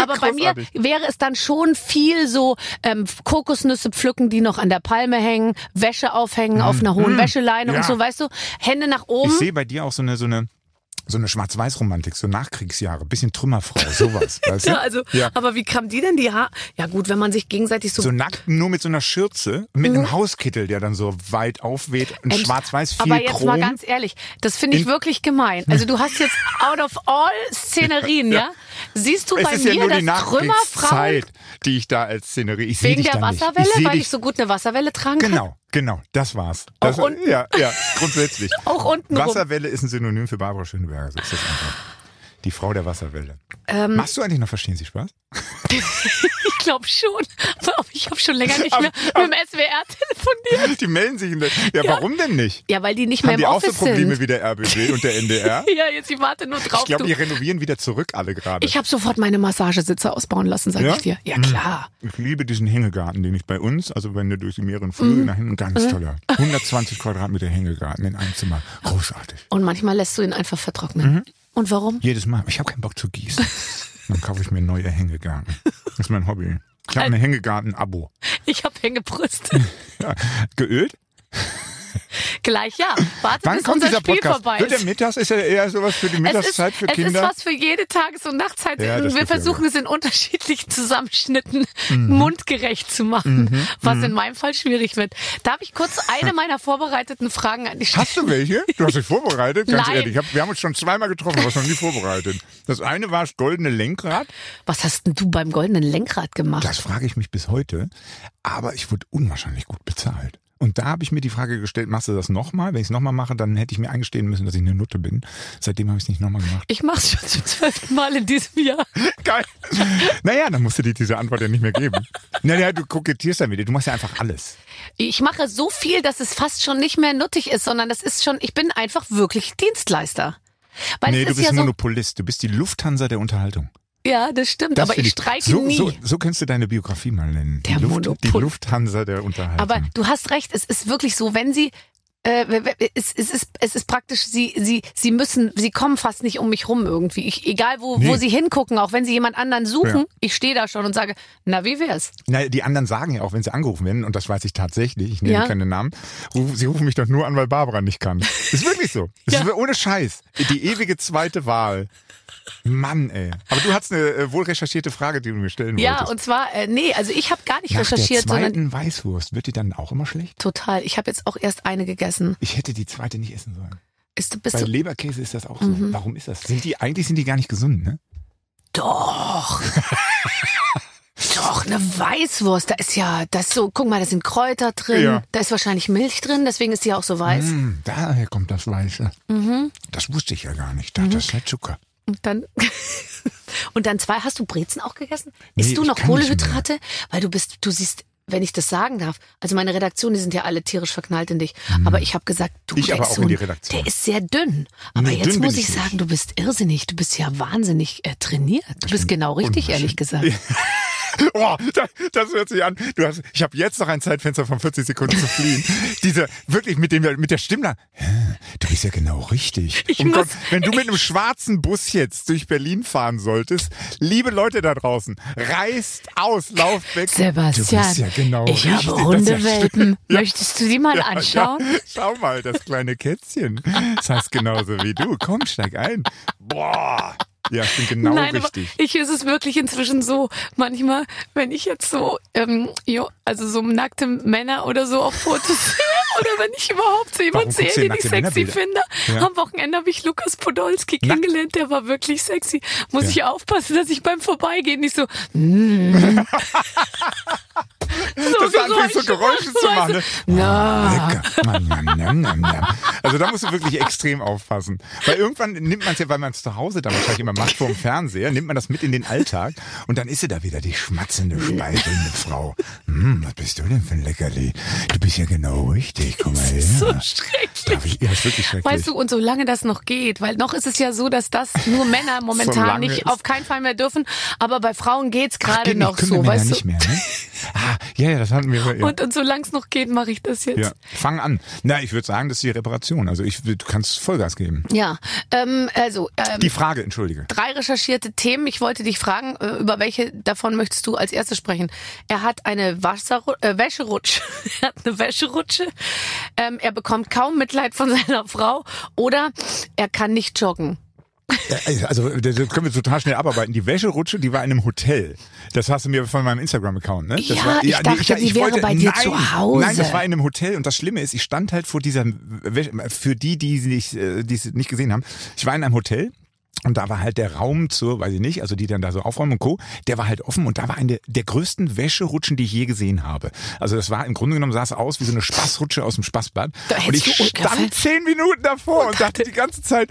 B: Aber bei mir
D: Großartig.
B: wäre es dann schon viel so ähm, Kokosnüsse pflücken, die noch an der Palme hängen, Wäsche aufhängen auf einer hohen Wäscheleine
D: Mhm. Ja.
B: und so, weißt du, Hände nach
D: Ich
B: oben.
D: sehe bei dir auch so eine, so eine, so eine Schwarz-Weiß-Romantik, so Nachkriegsjahre, bisschen Trümmerfrau, sowas. weißt du?
B: ja, also,
D: ja.
B: aber wie kam die denn die Haare? Ja gut, wenn man sich gegenseitig so,
D: So nackt, nur mit so einer Schürze, mit
B: Mhm.
D: einem Hauskittel, der dann so weit aufweht und
B: Mensch,
D: schwarz-weiß viel
B: Aber jetzt
D: Chrom.
B: mal ganz ehrlich, das finde ich
D: In-
B: wirklich gemein. Also du hast jetzt out of all Szenerien, ja? Siehst du
D: es
B: bei
D: ist
B: mir,
D: ja nur die
B: dass Trümmerfrauen
D: Nachkriegszeit, die ich da als Szenerie. Ich sehe
B: wegen
D: dich
B: der
D: da nicht.
B: Wasserwelle,
D: ich seh
B: weil
D: dich,
B: ich so gut eine Wasserwelle tragen kann?
D: Genau, genau, das war's. Das,
B: Auch unten?
D: Ja, ja, grundsätzlich.
B: Auch untenrum.
D: Wasserwelle ist ein Synonym für Barbara Schöneberger, so ist das einfach. Die Frau der Wasserwelle.
B: Ähm,
D: Machst du eigentlich noch Verstehen Sie Spaß?
B: Ich glaube schon. Aber ich habe schon länger nicht
D: Aber-
B: mehr mit dem SWR telefoniert.
D: Die melden sich in der, ja, warum denn nicht?
B: Ja, weil die nicht mehr im
D: Haben die auch so
B: Office
D: Probleme
B: sind.
D: wie der RBB und der NDR?
B: Ja, jetzt ich warte nur drauf.
D: Ich glaube,
B: du.
D: die renovieren wieder zurück alle gerade.
B: ich habe sofort meine Massagesitze ausbauen lassen, sag
D: Ja? Mhm.
B: ich dir. Ja, klar.
D: Ich liebe diesen Hängegarten, den ich bei uns, also wenn du durch die mehreren
B: Mhm.
D: Flügel nach hinten, ganz toller. 120 Quadratmeter Hängegarten in einem Zimmer. Großartig.
B: Und manchmal lässt du ihn einfach vertrocknen.
D: Mhm.
B: Und warum?
D: Jedes Mal. Ich habe keinen Bock zu gießen. Dann kaufe ich mir neue Hängegarten. Das ist mein Hobby. Ich habe ein Hängegarten-Abo.
B: Ich habe Hängebrust.
D: Ja. Geölt?
B: Gleich ja. Warte,
D: Wann
B: bis
D: kommt
B: unser
D: dieser
B: Spiel
D: Podcast?
B: vorbei
D: Wird der
B: ist.
D: mittags? Ist ja eher sowas für
B: Es
D: die
B: ist,
D: Mittagszeit für
B: es ist
D: Kinder.
B: was für jede Tages- und Nachtzeit.
D: Ja, das
B: wir
D: stimmt ja Mhm.
B: versuchen
D: wohl.
B: es in unterschiedlichen Zusammenschnitten mundgerecht zu machen,
D: Mhm.
B: was in meinem Fall schwierig wird. Darf ich kurz eine meiner vorbereiteten Fragen an dich stellen?
D: Hast du welche? Du hast dich vorbereitet? Ganz
B: Nein.
D: ehrlich. Ich hab, wir haben uns schon zweimal getroffen, aber noch nie vorbereitet. Das eine war das goldene Lenkrad.
B: Was hast denn du beim goldenen Lenkrad gemacht?
D: Das frage ich mich bis heute. Aber ich wurde unwahrscheinlich gut bezahlt. Und da habe ich mir die Frage gestellt, machst du das nochmal? Wenn ich es nochmal mache, dann hätte ich mir eingestehen müssen, dass ich eine Nutte bin. Seitdem habe ich es nicht nochmal gemacht.
B: Ich mach's schon zum zwölften Mal in diesem Jahr.
D: Geil. Naja, dann musst du dir diese Antwort ja nicht mehr geben. Naja, du kokettierst damit. Du machst ja einfach alles.
B: Ich mache so viel, dass es fast schon nicht mehr nuttig ist, sondern das ist schon, ich bin einfach wirklich Dienstleister. Weil Also es
D: nee, du
B: ist
D: bist
B: ja so,
D: Monopolist. Du bist die Lufthansa der Unterhaltung.
B: ja, das stimmt, aber
D: find
B: ich streike
D: so,
B: nie.
D: So, so könntest du deine Biografie mal nennen.
B: Der
D: die, Luft,
B: Monopol-
D: die Lufthansa der Unterhaltung.
B: aber du hast recht, es ist wirklich so, wenn sie, äh, es, es, ist, es ist praktisch, sie, sie, sie müssen, sie kommen fast nicht um mich rum irgendwie. Ich, egal wo, wo
D: Nee.
B: sie hingucken, auch wenn sie jemand anderen suchen,
D: Ja.
B: ich stehe da schon und sage, na, wie wär's?
D: Na, die anderen sagen ja auch, wenn sie angerufen werden, und das weiß ich tatsächlich, ich nenne
B: Ja.
D: keine Namen, ruf, sie rufen mich doch nur an, weil Barbara nicht kann. Ist wirklich so. Das
B: Ja.
D: ist ohne Scheiß. Die ewige zweite Wahl. Mann, ey. Aber du hast eine äh, wohl recherchierte Frage, die du mir stellen
B: Ja,
D: wolltest.
B: und zwar, äh, nee, also ich habe gar nicht
D: Nach
B: recherchiert,
D: der
B: sondern
D: zweiten Weißwurst, wird die dann auch immer schlecht?
B: Total. Ich habe jetzt auch erst eine gegessen.
D: Ich hätte die zweite nicht essen sollen.
B: Ist du, bist
D: Bei
B: du,
D: Leberkäse ist das auch so.
B: Mhm.
D: Warum ist das? Sind die, eigentlich sind die gar nicht gesund, ne?
B: doch. doch, eine Weißwurst. Da ist ja, das ist so, guck mal, da sind Kräuter drin.
D: Ja.
B: Da ist wahrscheinlich Milch drin, deswegen ist die auch so weiß.
D: Hm, daher kommt das Weiße.
B: Mhm.
D: Das wusste ich ja gar nicht. Ich dachte, Das ist ja Zucker.
B: Und dann. Und dann zwei, hast du Brezen auch gegessen?
D: Nee,
B: Isst du
D: ich
B: noch
D: kann nicht
B: Kohlehydrate? Weil du bist, du siehst, wenn ich das sagen darf, also meine Redaktion, die sind ja alle tierisch verknallt in dich. Aber ich habe gesagt, du
D: Mhm. Ich
B: der
D: aber
B: ist
D: auch
B: so
D: in die
B: ein-
D: Redaktion.
B: Der ist sehr dünn. Aber
D: Nee,
B: jetzt
D: dünn bin
B: muss
D: ich
B: ich
D: nicht.
B: sagen, du bist irrsinnig. Du bist ja wahnsinnig äh, trainiert. Du bist genau richtig, ehrlich gesagt.
D: Oh, das, das hört sich an. Du hast, ich habe jetzt noch ein Zeitfenster von 40 Sekunden zu fliehen. Diese, wirklich mit dem, mit der Stimmlage. Hä, Du bist ja genau richtig.
B: Ich
D: Um
B: muss-
D: Gott, wenn du mit einem schwarzen Bus jetzt durch Berlin fahren solltest, liebe Leute da draußen, reißt aus, lauft weg.
B: Sebastian,
D: du bist ja genau
B: ich
D: richtig.
B: habe
D: Das ist ja schlimm.
B: Hundewelpen. Möchtest du die mal anschauen?
D: Ja, schau mal, das kleine Kätzchen. Das heißt genauso wie du. Komm, steig ein. Boah, Ja, ich bin genau
B: Nein,
D: richtig.
B: aber ich ist es wirklich inzwischen so. Manchmal, wenn ich jetzt so, ähm, jo, also so nackte Männer oder so auf Fotos sehe, oder wenn ich überhaupt so jemanden
D: Warum
B: sehe,
D: guckst du
B: den ich
D: nackte
B: sexy finde.
D: Männerbilder? Ja.
B: Am Wochenende habe ich Lukas Podolski
D: Nackt?
B: kennengelernt, der war wirklich sexy. Muss
D: Ja.
B: ich aufpassen, dass ich beim Vorbeigehen nicht so, mm, so
D: Dass du anfängst, halt so Geräusche zu machen. ne?
B: weißt du? Na.
D: Lecker. Nam, nam, nam, nam, nam. Also da musst du wirklich extrem aufpassen. Weil irgendwann nimmt man es ja, weil man es zu Hause dann wahrscheinlich immer macht vor dem Fernseher, nimmt man das mit in den Alltag und dann ist sie da wieder, die schmatzende, schmeichelnde Frau. Hm, was bist du denn für ein Leckerli? Du bist ja genau richtig, komm mal her.
B: So schrecklich.
D: Darf ich? Ja, ist wirklich schrecklich.
B: Weißt du, und solange das noch geht, weil noch ist es ja so, dass das nur Männer momentan
D: Solange
B: nicht
D: es-
B: auf keinen Fall mehr dürfen, aber bei Frauen geht's
D: Ach,
B: gerade
D: geht
B: noch
D: können
B: so,
D: wir Männer
B: weißt
D: nicht
B: du?
D: mehr, ne? Ah, ja, ja, das hatten wir. Ja.
B: Und, und solange es noch geht, mache ich das jetzt.
D: ja. Fang an. Na, ich würde sagen, das ist die Reparation. Also ich, würd- du kannst Vollgas geben.
B: Ja, ähm, also ähm,
D: Die Frage, entschuldige.
B: drei recherchierte Themen. Ich wollte dich fragen, äh, über welche davon möchtest du als erstes sprechen? Er hat eine Wasserru äh, Wäscherutsche. er hat eine Wäscherutsche. Ähm, er bekommt kaum Mitleid von seiner Frau oder er kann nicht joggen.
D: Ja, Also, das können wir total schnell abarbeiten. Die Wäscherutsche, die war in einem Hotel. Das hast du mir von meinem Instagram-Account, ne? Das
B: Ja,
D: war,
B: ich dachte, die wäre bei dir
D: nein,
B: zu Hause.
D: Nein, das war in einem Hotel. Und das Schlimme ist, ich stand halt vor dieser, Wäsche- für die, die sie nicht, äh, die es nicht gesehen haben. Ich war in einem Hotel. Und da war halt der Raum zur, weiß ich nicht, also die dann da so aufräumen und Co., der war halt offen und da war eine der größten Wäscherutschen, die ich je gesehen habe. Also das war im Grunde genommen, sah es aus wie so eine Spaßrutsche aus dem Spaßbad.
B: Da
D: und
B: hättest
D: ich
B: du umgefallen.
D: stand zehn Minuten davor und dachte die ganze Zeit,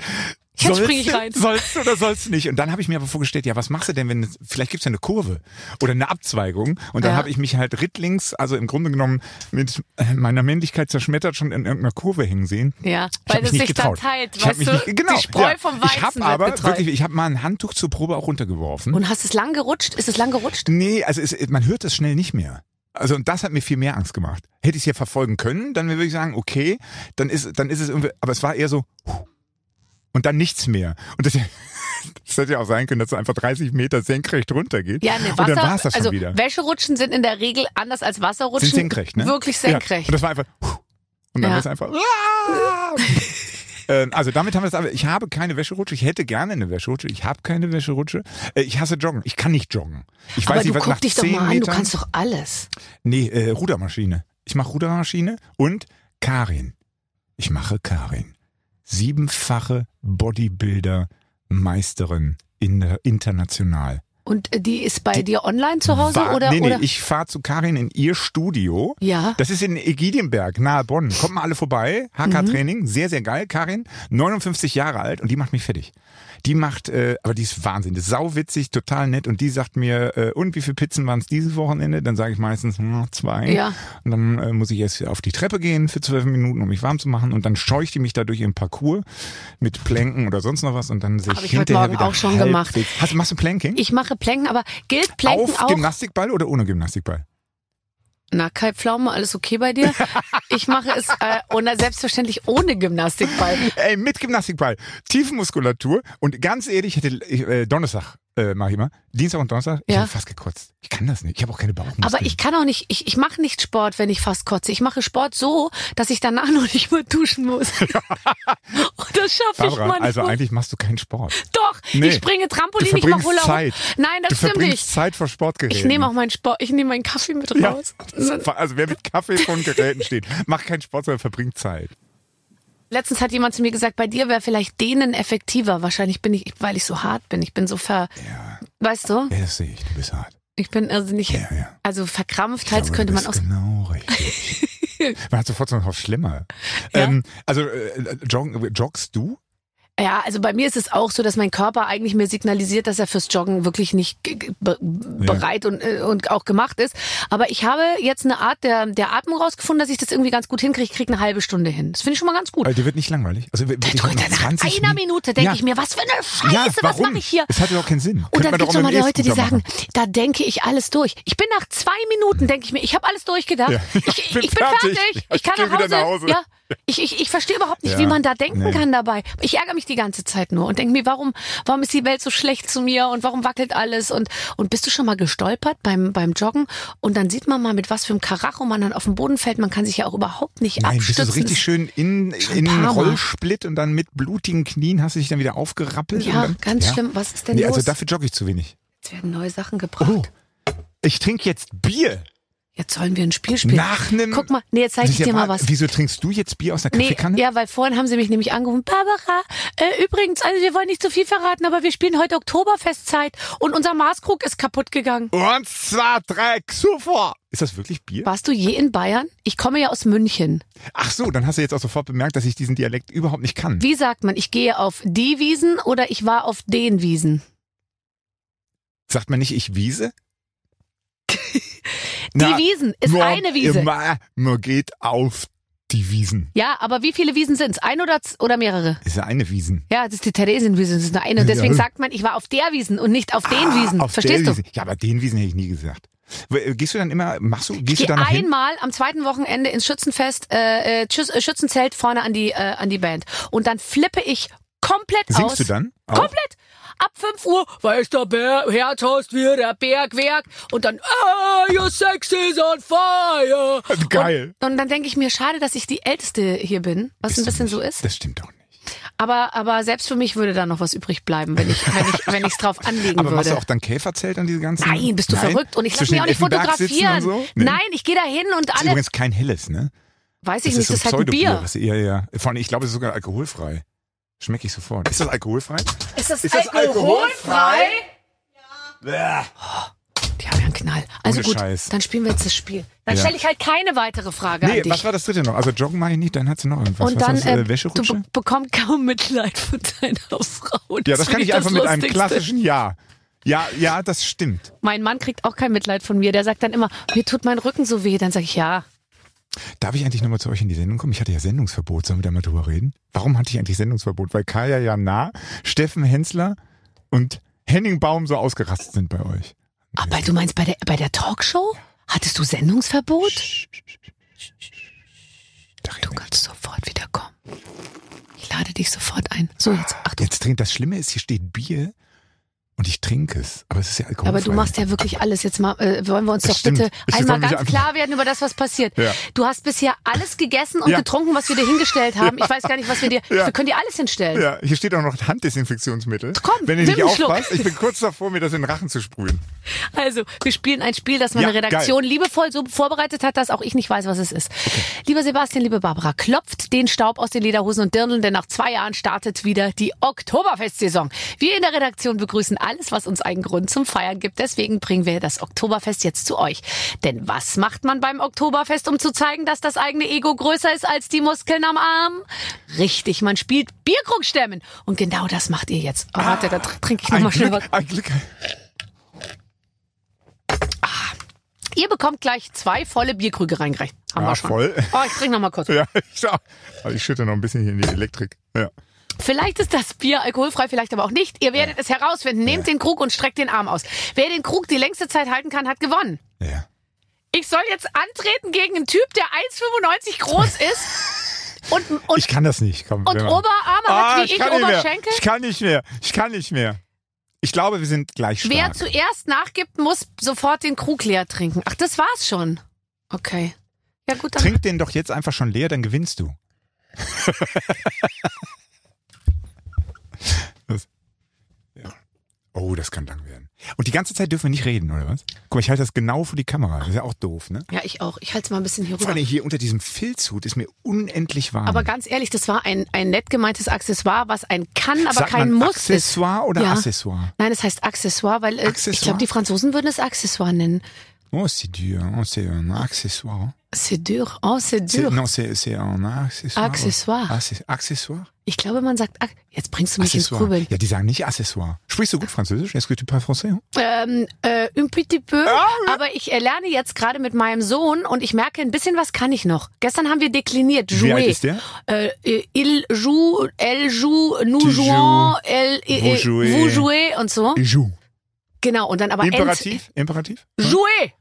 B: Jetzt
D: sollst
B: spring ich
D: du-
B: rein.
D: Sollst du oder sollst du nicht? Und dann habe ich mir aber vorgestellt, ja, was machst du denn, wenn es- vielleicht gibt's ja eine Kurve oder eine Abzweigung. Und dann
B: Ja.
D: habe ich mich halt rittlings, also im Grunde genommen mit äh, meiner Männlichkeit zerschmettert, schon in irgendeiner Kurve hängen sehen.
B: Ja,
D: Ich hab
B: weil
D: mich
B: es
D: nicht
B: sich dann
D: getraut.
B: teilt,
D: Ich hab
B: weißt
D: mich
B: du?
D: nicht, genau,
B: die Spreu
D: ja.
B: vom Weizen
D: Ich habe
B: wird
D: aber
B: geteilt.
D: wirklich, ich habe mal ein Handtuch zur Probe auch runtergeworfen.
B: Und hast es lang gerutscht? Ist es lang gerutscht?
D: Nee, also es, man hört es schnell nicht mehr. Also und das hat mir viel mehr Angst gemacht. Hätte ich es ja verfolgen können, dann würde ich sagen, okay, dann ist, dann ist es irgendwie, aber es war eher so huh, und dann nichts mehr. Und das, das hätte ja auch sein können, dass es einfach 30 Meter senkrecht runtergeht.
B: Ja, ne,
D: und
B: Wasser,
D: dann war es das schon
B: also
D: wieder.
B: Wäscherutschen sind in der Regel anders als Wasserrutschen.
D: Sind senkrecht, ne?
B: Wirklich senkrecht.
D: Ja, und das war einfach huh, und dann
B: Ja.
D: war es einfach. ah. Ähm, Also damit haben wir es aber. Ich habe keine Wäscherutsche. Ich hätte gerne eine Wäscherutsche. Ich habe keine Wäscherutsche. Äh, Ich hasse Joggen. Ich kann nicht joggen. Ich
B: Aber
D: weiß
B: du
D: nicht, was
B: guck
D: nach
B: dich doch
D: 10
B: mal an, du
D: Metern-
B: kannst doch alles.
D: Nee, äh, Rudermaschine. Ich mache Rudermaschine und Karin. Ich mache Karin. Siebenfache Bodybuilder-Meisterin in der international.
B: Und äh, die ist bei dir online zu Hause
D: War-
B: oder?
D: nee, nee,
B: oder?
D: ich fahre zu Karin in ihr Studio.
B: Ja.
D: Das ist in Egidienberg, nahe Bonn. Kommt mal alle vorbei.
B: Mhm.
D: HK-Training, sehr, sehr geil. Karin, 59 Jahre alt und die macht mich fertig. Die macht, äh, aber die ist Wahnsinn, die ist sauwitzig, total nett und die sagt mir, äh, und wie viele Pizzen waren es dieses Wochenende? Dann sage ich meistens, hm, zwei.
B: Ja.
D: Und dann äh, muss ich erst auf die Treppe gehen für zwölf Minuten, um mich warm zu machen und dann scheucht die mich da durch ihren Parcours mit Plänken oder sonst noch was und dann sehe ich
B: Hab ich heute
D: hinterher
B: Morgen
D: wieder
B: auch schon gemacht.
D: halbwegs- Hast, machst du Planking?
B: ich mache Planken, aber gilt Planken
D: auf
B: auch?
D: Gymnastikball oder ohne Gymnastikball?
B: Na, Kai Pflaume, alles okay bei dir? ich mache es äh, und dann selbstverständlich ohne Gymnastikball.
D: Ey, mit Gymnastikball, Tiefenmuskulatur und ganz ehrlich, ich hätte ich, äh, Donnerstag äh, mach ich mal, Dienstag und Donnerstag, ich
B: Ja.
D: hab fast gekotzt. Ich kann das nicht. Ich habe auch keine Bauchmuskeln.
B: Aber ich kann auch nicht, ich, ich mache nicht Sport, wenn ich fast kotze. Ich mache Sport so, dass ich danach noch nicht mal duschen muss. Und das schaffe ich
D: Barbara,
B: manchmal.
D: also eigentlich machst du keinen Sport.
B: Doch,
D: Nee.
B: ich springe Trampolin,
D: du
B: ich mache
D: verbringst
B: Hula
D: Zeit.
B: Nein, das
D: du
B: stimmt
D: verbringst
B: nicht.
D: Zeit vor Sportgeräten.
B: Ich nehme auch meinen Sport, ich nehme meinen Kaffee mit
D: Ja.
B: raus.
D: Also wer mit Kaffee vor den Geräten steht, macht keinen Sport, sondern verbringt Zeit.
B: Letztens hat jemand zu mir gesagt, bei dir wäre vielleicht denen effektiver. Wahrscheinlich bin ich, weil ich so hart bin. Ich bin so ver,
D: Ja,
B: weißt du,
D: ja das sehe ich. Du bist hart.
B: ich bin also nicht,
D: Ja, ja.
B: also verkrampft halt
D: Aber
B: könnte
D: du
B: man
D: bist
B: auch.
D: Genau richtig. man hat sofort so noch schlimmer.
B: Ja.
D: Ähm, also äh, joggen, joggst du?
B: Ja, also bei mir ist es auch so, dass mein Körper eigentlich mir signalisiert, dass er fürs Joggen wirklich nicht ge- ge- be bereit und, äh, und auch gemacht ist. Aber ich habe jetzt eine Art der, der Atmung rausgefunden, dass ich das irgendwie ganz gut hinkriege. Ich kriege eine halbe Stunde hin. Das finde ich schon mal ganz gut.
D: Äh, dir wird nicht langweilig. Also, wir- wir-
B: Du,
D: wir-
B: nach
D: 20
B: einer
D: Min-
B: Minute denke
D: Ja.
B: ich mir, was für eine Scheiße,
D: ja,
B: was
D: warum?
B: mache ich hier?
D: Es hat ja auch keinen Sinn.
B: Und dann
D: Könnte man
B: gibt es
D: doch auch
B: mal
D: mit dem
B: Leute, die
D: E-Scooter
B: sagen,
D: machen.
B: da denke ich alles durch. Ich bin nach zwei Minuten, denke ich mir, ich habe alles durchgedacht.
D: Ja.
B: Ich, ich bin fertig.
D: Ja,
B: Ich kann
D: ich geh
B: nach Hause.
D: wieder nach Hause.
B: Ja, Ich, ich, ich verstehe überhaupt nicht,
D: Ja,
B: wie man da denken
D: nee.
B: kann dabei. Ich ärgere mich die ganze Zeit nur und denke mir, warum, warum ist die Welt so schlecht zu mir und warum wackelt alles? Und, und bist du schon mal gestolpert beim, beim Joggen? Und dann sieht man mal, mit was für einem Karacho man dann auf den Boden fällt. Man kann sich ja auch überhaupt nicht
D: Nein, bist
B: abstützen.
D: du so richtig schön in,
B: Schon
D: in
B: ein
D: einen
B: paar Mal.
D: Rollsplit und dann mit blutigen Knien hast du dich dann wieder aufgerappelt? und
B: ja,
D: dann,
B: ganz
D: Ja.
B: schlimm. Was ist denn
D: Nee,
B: los?
D: also dafür jogge ich zu wenig.
B: Jetzt werden neue Sachen gebracht.
D: Oh, ich trinke jetzt Bier.
B: Jetzt sollen wir ein Spiel spielen.
D: Nach einem-
B: Guck mal, nee, jetzt zeige
D: Das
B: ich
D: ist ja
B: dir mal
D: wahr.
B: was.
D: Wieso trinkst du jetzt Bier aus einer
B: Nee,
D: Kaffeekanne?
B: ja, weil vorhin haben sie mich nämlich angerufen. Barbara, äh, übrigens, also wir wollen nicht zu viel verraten, aber wir spielen heute Oktoberfestzeit und unser Maßkrug ist kaputt gegangen.
D: Und zwar Dreck, sofort. Ist das wirklich Bier?
B: Warst du je in Bayern? Ich komme ja aus München.
D: Ach so, dann hast du jetzt auch sofort bemerkt, dass ich diesen Dialekt überhaupt nicht kann.
B: Wie sagt man, ich gehe auf die Wiesen oder ich war auf den Wiesen?
D: Sagt man nicht, ich wiese?
B: Die Wiesen ist
D: nur
B: eine Wiese.
D: Immer, nur geht auf die Wiesen.
B: Ja, aber wie viele Wiesen sind's? Ein oder, z- oder mehrere?
D: Ist ja eine Wiesen.
B: Ja, das ist die Theresienwiese, das ist nur eine. Und deswegen
D: Ja.
B: sagt man, ich war auf der Wiesen und nicht auf den
D: Ah,
B: Wiesen.
D: Auf
B: Verstehst
D: der
B: du?
D: Wiesen. Ja, aber den Wiesen hätte ich nie gesagt. W- äh, Gehst du dann immer, machst du, gehst
B: Geh
D: du da noch hin?
B: einmal am zweiten Wochenende ins Schützenfest, äh, äh, Schüs- äh, Schützenzelt vorne an die, äh, an die Band. Und dann flippe ich komplett aus.
D: Singst du dann? auch?
B: Komplett. Ab 5 Uhr, weiß der Bär, Herz hast wir der Bergwerk. Und dann, ah, your sex is on fire.
D: Geil.
B: Und, und dann denke ich mir, schade, dass ich die Älteste hier bin, was
D: Bist
B: ein
D: du
B: bisschen
D: nicht.
B: so ist.
D: Das stimmt doch nicht.
B: Aber, aber selbst für mich würde da noch was übrig bleiben, wenn ich wenn ich, wenn ich's drauf anlegen
D: Aber machst du
B: würde.
D: auch dann Käferzelt und diese ganzen?
B: Nein, bist du verrückt? Und ich lasse mich auch nicht
D: Zwischen den Effenberg sitzen
B: fotografieren.
D: Und so? Nee.
B: Nein, ich gehe da hin und
D: Das ist
B: alle.
D: übrigens kein helles, ne?
B: Weiß ich
D: ist
B: nicht,
D: so
B: das ist halt ein Bier.
D: Was, ja, ja. Vor allem, ich glaube, es ist sogar alkoholfrei. Schmecke ich sofort. Ist das alkoholfrei?
B: Ist halt das,
D: Ist das alkoholfrei? Bäh.
B: Die haben ja einen Knall. Also
D: Ohne
B: gut,
D: Scheiß.
B: dann spielen wir jetzt das Spiel. Dann
D: Ja.
B: stelle ich halt keine weitere Frage
D: Nee,
B: an dich.
D: was war das dritte noch? Also Joggen mache ich nicht, dann hat sie noch irgendwas.
B: und
D: was
B: dann, ähm,
D: ist das, äh,
B: du
D: Wäscherutsche?
B: be bekommst kaum Mitleid von deiner Frau.
D: Ja, das
B: find
D: kann ich einfach mit einem
B: Lustigste.
D: klassischen Ja. Ja, ja, das stimmt.
B: Mein Mann kriegt auch kein Mitleid von mir. Der sagt dann immer, mir tut mein Rücken so weh. Dann sage ich, ja.
D: Darf ich eigentlich nochmal zu euch in die Sendung kommen? Ich hatte ja Sendungsverbot. Sollen wir da mal drüber reden? Warum hatte ich eigentlich Sendungsverbot? Weil Kaya Jana, Steffen Hensler und Henning Baum so ausgerastet sind bei euch.
B: Aber du meinst, bei der, bei der Talkshow hattest du Sendungsverbot? Du kannst sofort wiederkommen. Ich lade dich sofort ein. So, jetzt, Achtung.
D: Jetzt trinkt. Das Schlimme ist, hier steht Bier und ich trinke es. Aber es ist ja alkoholfrei.
B: Aber du machst ja wirklich alles. Jetzt mal, äh, wollen wir uns
D: Das
B: doch
D: stimmt.
B: bitte
D: Ich
B: einmal
D: soll mich
B: ganz
D: einfach-
B: klar werden über das, was passiert.
D: Ja.
B: Du hast bisher alles gegessen und
D: Ja.
B: getrunken, was wir dir hingestellt haben. Ich weiß gar nicht, was wir dir.
D: Ja.
B: Wir können dir alles hinstellen.
D: Ja, hier steht auch noch Handdesinfektionsmittel.
B: Komm,
D: Wenn ihr nicht
B: nimm einen Schluck.
D: aufpasst, ich bin kurz davor, mir das in den Rachen zu sprühen.
B: Also, wir spielen ein Spiel, das meine
D: Ja,
B: Redaktion liebevoll so vorbereitet hat, dass auch ich nicht weiß, was es ist. Lieber Sebastian, liebe Barbara, klopft den Staub aus den Lederhosen und Dirndeln, denn nach zwei Jahren startet wieder die Oktoberfestsaison. Wir in der Redaktion begrüßen alles, was uns einen Grund zum Feiern gibt. Deswegen bringen wir das Oktoberfest jetzt zu euch. Denn was macht man beim Oktoberfest, um zu zeigen, dass das eigene Ego größer ist als die Muskeln am Arm? Richtig, man spielt Bierkrugstämmen. Und genau das macht ihr jetzt. Oh, warte, da tr- trinke ich
D: Ein
B: nochmal schnell was.
D: Glück, ein Glück.
B: Ihr bekommt gleich zwei volle Bierkrüge reingereicht. Haben
D: Ah,
B: wir schon.
D: voll.
B: Oh, ich trinke noch mal kurz.
D: Ja, ich, schau. Aber ich schütte noch ein bisschen hier in die Elektrik. Ja.
B: Vielleicht ist das Bier alkoholfrei, vielleicht aber auch nicht. Ihr werdet es herausfinden. Nehmt den Krug und streckt den Arm aus. Wer den Krug die längste Zeit halten kann, hat gewonnen.
D: ja.
B: Ich soll jetzt antreten gegen einen Typ, der 1,95 groß ist und, und,
D: ich kann das nicht. Komm,
B: und
D: wir machen.
B: Oberarme hat wie ich,
D: Ah, kann nicht mehr.
B: Oberschenkel.
D: Ich kann nicht mehr. Ich kann nicht mehr. Ich glaube, wir sind gleich
B: Wer
D: stark.
B: zuerst nachgibt, muss sofort den Krug leer trinken. Ach, das war's schon. Okay. Ja gut, dann
D: Trink den doch jetzt einfach schon leer, dann gewinnst du. das, ja. Oh, das kann lang werden. Und die ganze Zeit dürfen wir nicht reden, oder was? Guck mal, ich halte das genau vor die Kamera. Das ist ja auch doof, ne?
B: Ja, ich auch. Ich halte es mal ein bisschen hier
D: Vor
B: rüber.
D: allem hier unter diesem Filzhut ist mir unendlich warm.
B: Aber ganz ehrlich, das war ein, ein nett gemeintes Accessoire, was ein kann, aber
D: Sagt
B: kein
D: man
B: Muss ist.
D: Accessoire oder
B: Ja.
D: Accessoire?
B: Nein, es heißt Accessoire, weil äh, ich
D: Accessoire?
B: glaube, die Franzosen würden es Accessoire nennen.
D: Oh, c'est dur. Oh, c'est un accessoire. hein.
B: C'est dur, oh, c'est
D: C'est,
B: dur.
D: non, c'est, c'est un accessoire.
B: Accessoire.
D: Access- Accessoire?
B: Ich glaube, man sagt, Ac- jetzt bringst du mich ins
D: Accessoire.
B: Grübeln.
D: Ja, die sagen nicht Accessoire. Sprichst du gut Französisch? Est-ce que tu parles français? hein?
B: Ähm, äh, un petit peu,
D: Ah,
B: aber ich äh, lerne jetzt gerade mit meinem Sohn und ich merke, ein bisschen was kann ich noch. Gestern haben wir dekliniert,
D: Wie alt
B: jouer.
D: ist der?
B: Äh, äh, il joue, elle joue, nous
D: Tu
B: jouons, elle, äh,
D: vous jouez.
B: vous jouez und so.
D: Ich joue.
B: Bah, Genau, und dann aber end-
D: Hm? Imperativ? Imperativ?
B: Jouer,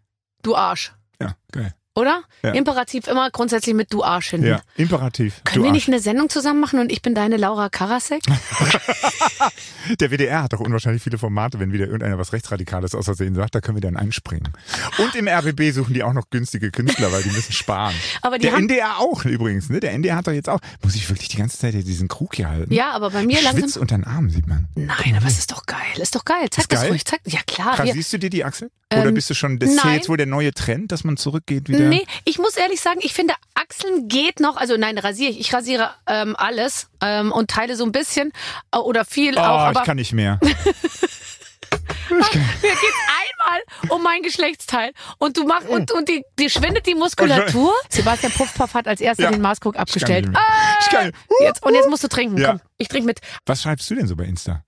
B: du Arsch.
D: Ah, Ja, geil.
B: Oder?
D: Ja.
B: Imperativ immer grundsätzlich mit du Arsch hinten.
D: Ja, imperativ.
B: Können wir
D: Arsch.
B: nicht eine Sendung zusammen machen und ich bin deine Laura Karasek?
D: Der WDR hat doch unwahrscheinlich viele Formate, wenn wieder irgendeiner was Rechtsradikales aus Versehen sagt, da können wir dann einspringen. Und im RBB suchen die auch noch günstige Künstler, weil die müssen sparen.
B: Aber die
D: Der
B: haben-
D: NDR auch übrigens, ne? Der NDR hat doch jetzt auch. Muss ich wirklich die ganze Zeit hier diesen Krug hier halten?
B: Ja, aber bei mir langsam-
D: Schwitzt unter den Arm, sieht man.
B: Nein, aber es ist doch geil. Ist doch geil. Zeig
D: Ist
B: das
D: geil?
B: ruhig. Zeig, ja klar.
D: Krass,
B: Wir,
D: siehst du dir die Achsel? Oder bist du schon, das ist ja
B: nein.
D: jetzt wohl der neue Trend, dass man zurückgeht wieder?
B: nee, ich muss ehrlich sagen, ich finde, Achseln geht noch. Also nein, rasiere ich. Ich rasiere ähm, alles ähm, und teile so ein bisschen äh, oder viel
D: Oh,
B: auch. Aber
D: ich kann nicht mehr.
B: mir geht's einmal um mein Geschlechtsteil. Und du machst und, und die, die schwindet die Muskulatur. Sebastian Puffpaff hat als erster
D: Ja.
B: den Maßkrug abgestellt.
D: Ich kann nicht mehr. Ich kann,
B: Ah, jetzt, und jetzt musst du trinken.
D: Ja.
B: Komm, ich trinke mit.
D: was schreibst du denn so bei Insta?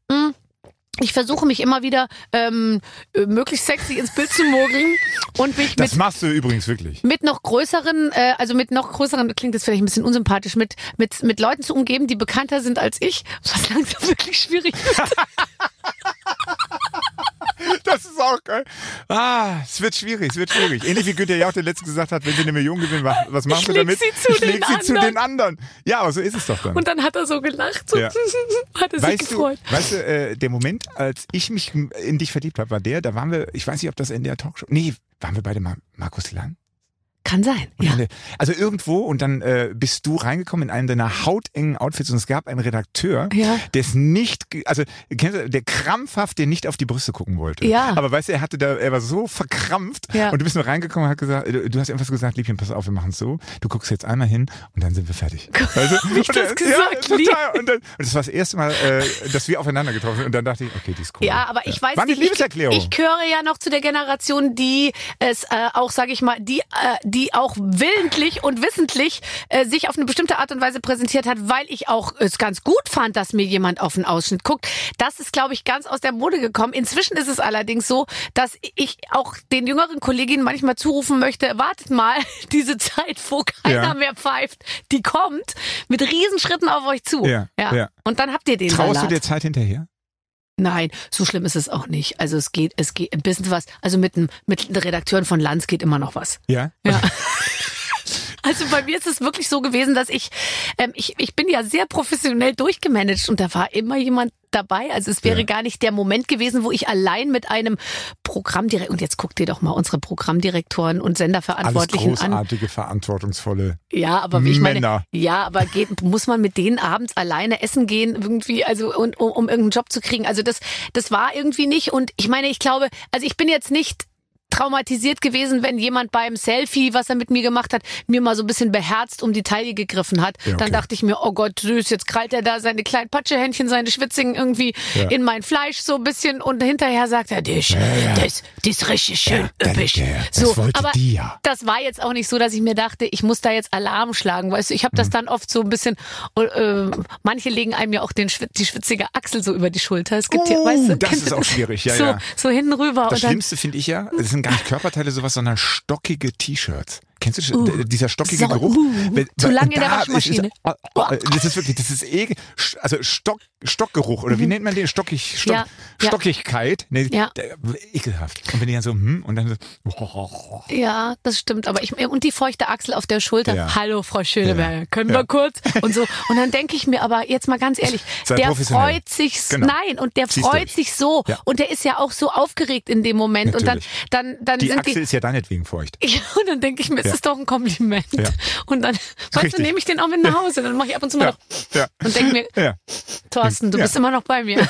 B: Ich versuche mich immer wieder ähm, äh, möglichst sexy ins Bild zu mogeln und mich mit
D: Das machst du übrigens wirklich.
B: mit noch größeren, äh, also mit noch größeren, klingt das vielleicht ein bisschen unsympathisch, mit, mit, mit Leuten zu umgeben, die bekannter sind als ich, was langsam wirklich schwierig ist.
D: Das ist auch geil. Ah, es wird schwierig, es wird schwierig. Ähnlich wie Günther Jauch der letztens gesagt hat, wenn sie eine Million gewinnen, wa- was machen
B: Ich
D: sie
B: leg
D: damit?
B: sie zu
D: ich leg
B: den
D: sie zu
B: anderen.
D: den anderen. Ja, aber so ist es doch dann.
B: Und dann hat er so gelacht, so
D: Ja.
B: hat er sich
D: Weißt du,
B: gefreut.
D: weißt du äh, der Moment, als ich mich in dich verliebt habe, war der, da waren wir, ich weiß nicht, ob das in der Talkshow, nee, waren wir beide mal Markus Lanz?
B: Kann sein,
D: Und
B: ja.
D: alle- Also irgendwo und dann äh, bist du reingekommen in einem deiner hautengen Outfits und es gab einen Redakteur,
B: Ja.
D: der es nicht, ge- also kennst du, der krampfhaft dir nicht auf die Brüste gucken wollte.
B: Ja.
D: Aber weißt du, er hatte da, er war so verkrampft
B: Ja.
D: und du bist nur reingekommen und hat gesagt, äh, du, du hast einfach so gesagt, Liebchen, pass auf, wir machen es so, du guckst jetzt einmal hin und dann sind wir fertig. Weißt du?
B: ich
D: Und
B: das
D: dann-
B: gesagt,
D: ja,
B: lieb?
D: total. Und, dann, und das war das erste Mal, äh, dass wir aufeinander getroffen sind und dann dachte ich, okay, die ist cool.
B: Ja, aber ich weiß
D: war
B: nicht,
D: eine Liebeserklärung.
B: Ich, ich gehöre ja noch zu der Generation, die es äh, auch, sage ich mal, die, äh, die auch willentlich und wissentlich äh, sich auf eine bestimmte Art und Weise präsentiert hat, weil ich auch es ganz gut fand, dass mir jemand auf den Ausschnitt guckt. Das ist, glaube ich, ganz aus der Mode gekommen. Inzwischen ist es allerdings so, dass ich auch den jüngeren Kolleginnen manchmal zurufen möchte, wartet mal, diese Zeit, wo keiner
D: Ja.
B: mehr pfeift, die kommt mit Riesenschritten auf euch zu.
D: Ja, ja.
B: Und dann habt ihr den
D: Traust
B: Salat.
D: du der Zeit hinterher?
B: Nein, so schlimm ist es auch nicht. Also es geht, es geht ein bisschen was. Also mit, dem- mit den Redakteuren von Lanz geht immer noch was.
D: Ja.
B: Ja. Also bei mir ist es wirklich so gewesen, dass ich, ähm, ich, ich bin ja sehr professionell durchgemanagt und da war immer jemand dabei. Also es wäre
D: Ja.
B: gar nicht der Moment gewesen, wo ich allein mit einem Programmdirektor, und jetzt guckt dir doch mal unsere Programmdirektoren und
D: Alles
B: Senderverantwortlichen an.
D: großartige, verantwortungsvolle
B: Ja, aber wie ich
D: Männer.
B: meine, ja, aber geht, muss man mit denen abends alleine essen gehen irgendwie, also und, um, um irgendeinen Job zu kriegen. Also das, das war irgendwie nicht. Und ich meine, ich glaube, also ich bin jetzt nicht traumatisiert gewesen, wenn jemand beim Selfie, was er mit mir gemacht hat, mir mal so ein bisschen beherzt um die Taille gegriffen hat.
D: Ja, okay.
B: Dann dachte ich mir, oh Gott, süß, jetzt krallt er da seine kleinen Patschehändchen, seine Schwitzigen irgendwie
D: Ja.
B: in mein Fleisch so ein bisschen und hinterher sagt er, das, das, das ist richtig schön
D: da
B: üppig.
D: liegt er. Das wollte
B: Äh, aber
D: die ja.
B: das war jetzt auch nicht so, dass ich mir dachte, ich muss da jetzt Alarm schlagen. Weißt du, ich habe
D: Hm.
B: das dann oft so ein bisschen. Äh, manche legen einem ja auch den, schwit- die schwitzige Achsel so über die Schulter. Es gibt ja,
D: Oh,
B: weißt du,
D: das
B: kennst
D: ist
B: du
D: auch schwierig, ja,
B: so,
D: ja.
B: So hinten rüber.
D: Das
B: und dann, Hm?
D: Schlimmste finde ich ja, das sind gar nicht Körperteile sowas, sondern stockige T-Shirts. Kennst du das? D- dieser stockige
B: Uh. so-
D: Geruch?
B: uh,
D: Wenn-
B: zu
D: weil-
B: lange in der
D: da- es
B: Waschmaschine.
D: Ist, oh, oh, das ist wirklich, das ist eh, also Stock, Stockgeruch oder wie nennt man den? Stockig, Stock,
B: Mhm. Ja, ja.
D: Stockigkeit. Nee,
B: Ja.
D: der- ekelhaft. Und wenn die dann so, hm, und dann so, oh,
B: ja, das stimmt. Aber ich und die feuchte Achsel auf der Schulter.
D: Ja.
B: Hallo, Frau Schöneberger,
D: Ja.
B: können
D: Ja.
B: wir kurz und so. Und dann denke ich mir, aber jetzt mal ganz ehrlich,
D: Sei
B: der
D: professionell.
B: freut sich.
D: Genau.
B: Nein, und der
D: Zieh's
B: freut
D: durch.
B: sich so
D: Ja.
B: und der ist ja auch so aufgeregt in dem Moment.
D: Natürlich.
B: Und dann, dann, dann
D: die
B: sind
D: Achsel
B: die
D: ist ja deinetwegen feucht.
B: Ja, und dann denke ich mir, es
D: Ja.
B: ist doch ein Kompliment.
D: Ja.
B: Und dann, weißt du,
D: Richtig.
B: nehme ich den auch mit nach Hause. Dann mache ich ab und zu mal
D: Ja,
B: noch
D: ja,
B: und denke mir,
D: ja.
B: Thorsten, du
D: Ja.
B: bist immer noch bei mir.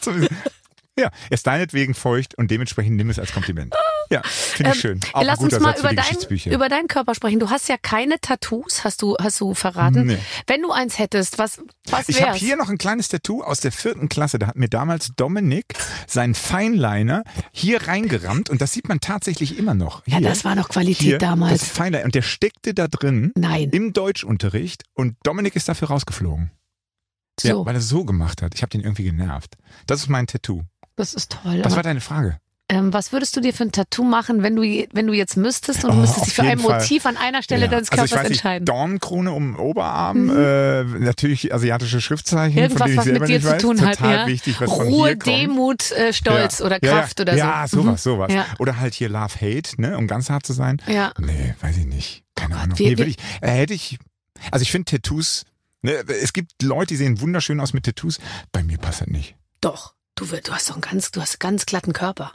D: So ist es. Ja, er ist deinetwegen feucht und dementsprechend nimm es als Kompliment. Ja, finde ich schön. Auch ein
B: Lass Ähm, uns
D: guter
B: mal
D: Satz für
B: über,
D: die
B: dein,
D: Geschichtsbücher.
B: über deinen Körper sprechen. Du hast ja keine Tattoos, hast du, hast du verraten.
D: Nee.
B: Wenn du eins hättest, was, was
D: Ich habe
B: wär's?
D: hier noch ein kleines Tattoo aus der vierten Klasse. Da hat mir damals Dominik seinen Feinliner hier reingerammt und das sieht man tatsächlich immer noch.
B: ja,
D: Hier,
B: das war noch Qualität
D: hier,
B: damals.
D: Das Feinliner. Und der steckte da drin
B: Nein.
D: im Deutschunterricht und Dominik ist dafür rausgeflogen. Ja,
B: so,
D: weil er es so gemacht hat. Ich habe den irgendwie genervt. Das ist mein Tattoo.
B: das ist toll.
D: Was
B: aber-
D: war deine Frage?
B: Ähm, was würdest du dir für ein Tattoo machen, wenn du, je- wenn du jetzt müsstest und du
D: Oh,
B: müsstest dich
D: auf
B: für ein
D: jeden Fall.
B: Motiv an einer Stelle
D: Ja.
B: deines
D: also
B: Körpers
D: ich weiß nicht,
B: entscheiden? Mhm.
D: Dornkrone um den Oberarm, äh, natürlich asiatische Schriftzeichen, Hm,
B: Irgendwas,
D: von denen ich
B: was
D: selber
B: mit dir
D: nicht
B: zu
D: weiß.
B: tun hat.
D: Total
B: Ja.
D: wichtig, was von
B: Ruhe,
D: hier kommt.
B: Demut, äh, Stolz oder
D: Ja,
B: Kraft
D: ja,
B: oder so. Mhm.
D: Ja, sowas, sowas.
B: Ja.
D: Oder halt hier Love, Hate, ne, um ganz hart zu sein.
B: Mhm. Ja.
D: Nee, weiß ich nicht. Keine Ahnung.
B: wir-
D: nee,
B: wir-
D: würde ich, äh, hätte ich, also ich finde Tattoos, ne, es gibt Leute, die sehen wunderschön aus mit Tattoos. Bei mir passt das nicht.
B: Doch. Du, wir- du hast doch einen ganz, du hast einen ganz glatten Körper.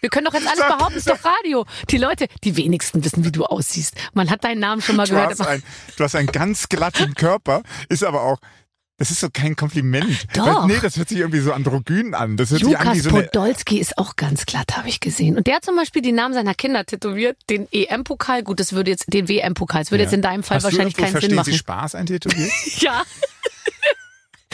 B: Wir können doch jetzt alles behaupten, ist doch Radio. Die Leute, die wenigsten wissen, wie du aussiehst. Man hat deinen Namen schon mal
D: Du
B: gehört.
D: hast,
B: Aber
D: ein, du hast einen ganz glatten Körper, ist aber auch, das ist so kein Kompliment.
B: Doch.
D: Weil, nee, das hört sich irgendwie so androgyn an. Das hört sich an wie
B: Lukas
D: so eine,
B: Podolski ist auch ganz glatt, habe ich gesehen. Und der hat zum Beispiel die Namen seiner Kinder tätowiert, den EM-Pokal. Gut, das würde jetzt, den WM-Pokal. Das würde jetzt in deinem Fall
D: Hast
B: wahrscheinlich
D: du irgendwo
B: keinen Sinn
D: Verstehen
B: machen.
D: Sie Spaß ein Tätowier?
B: Ja.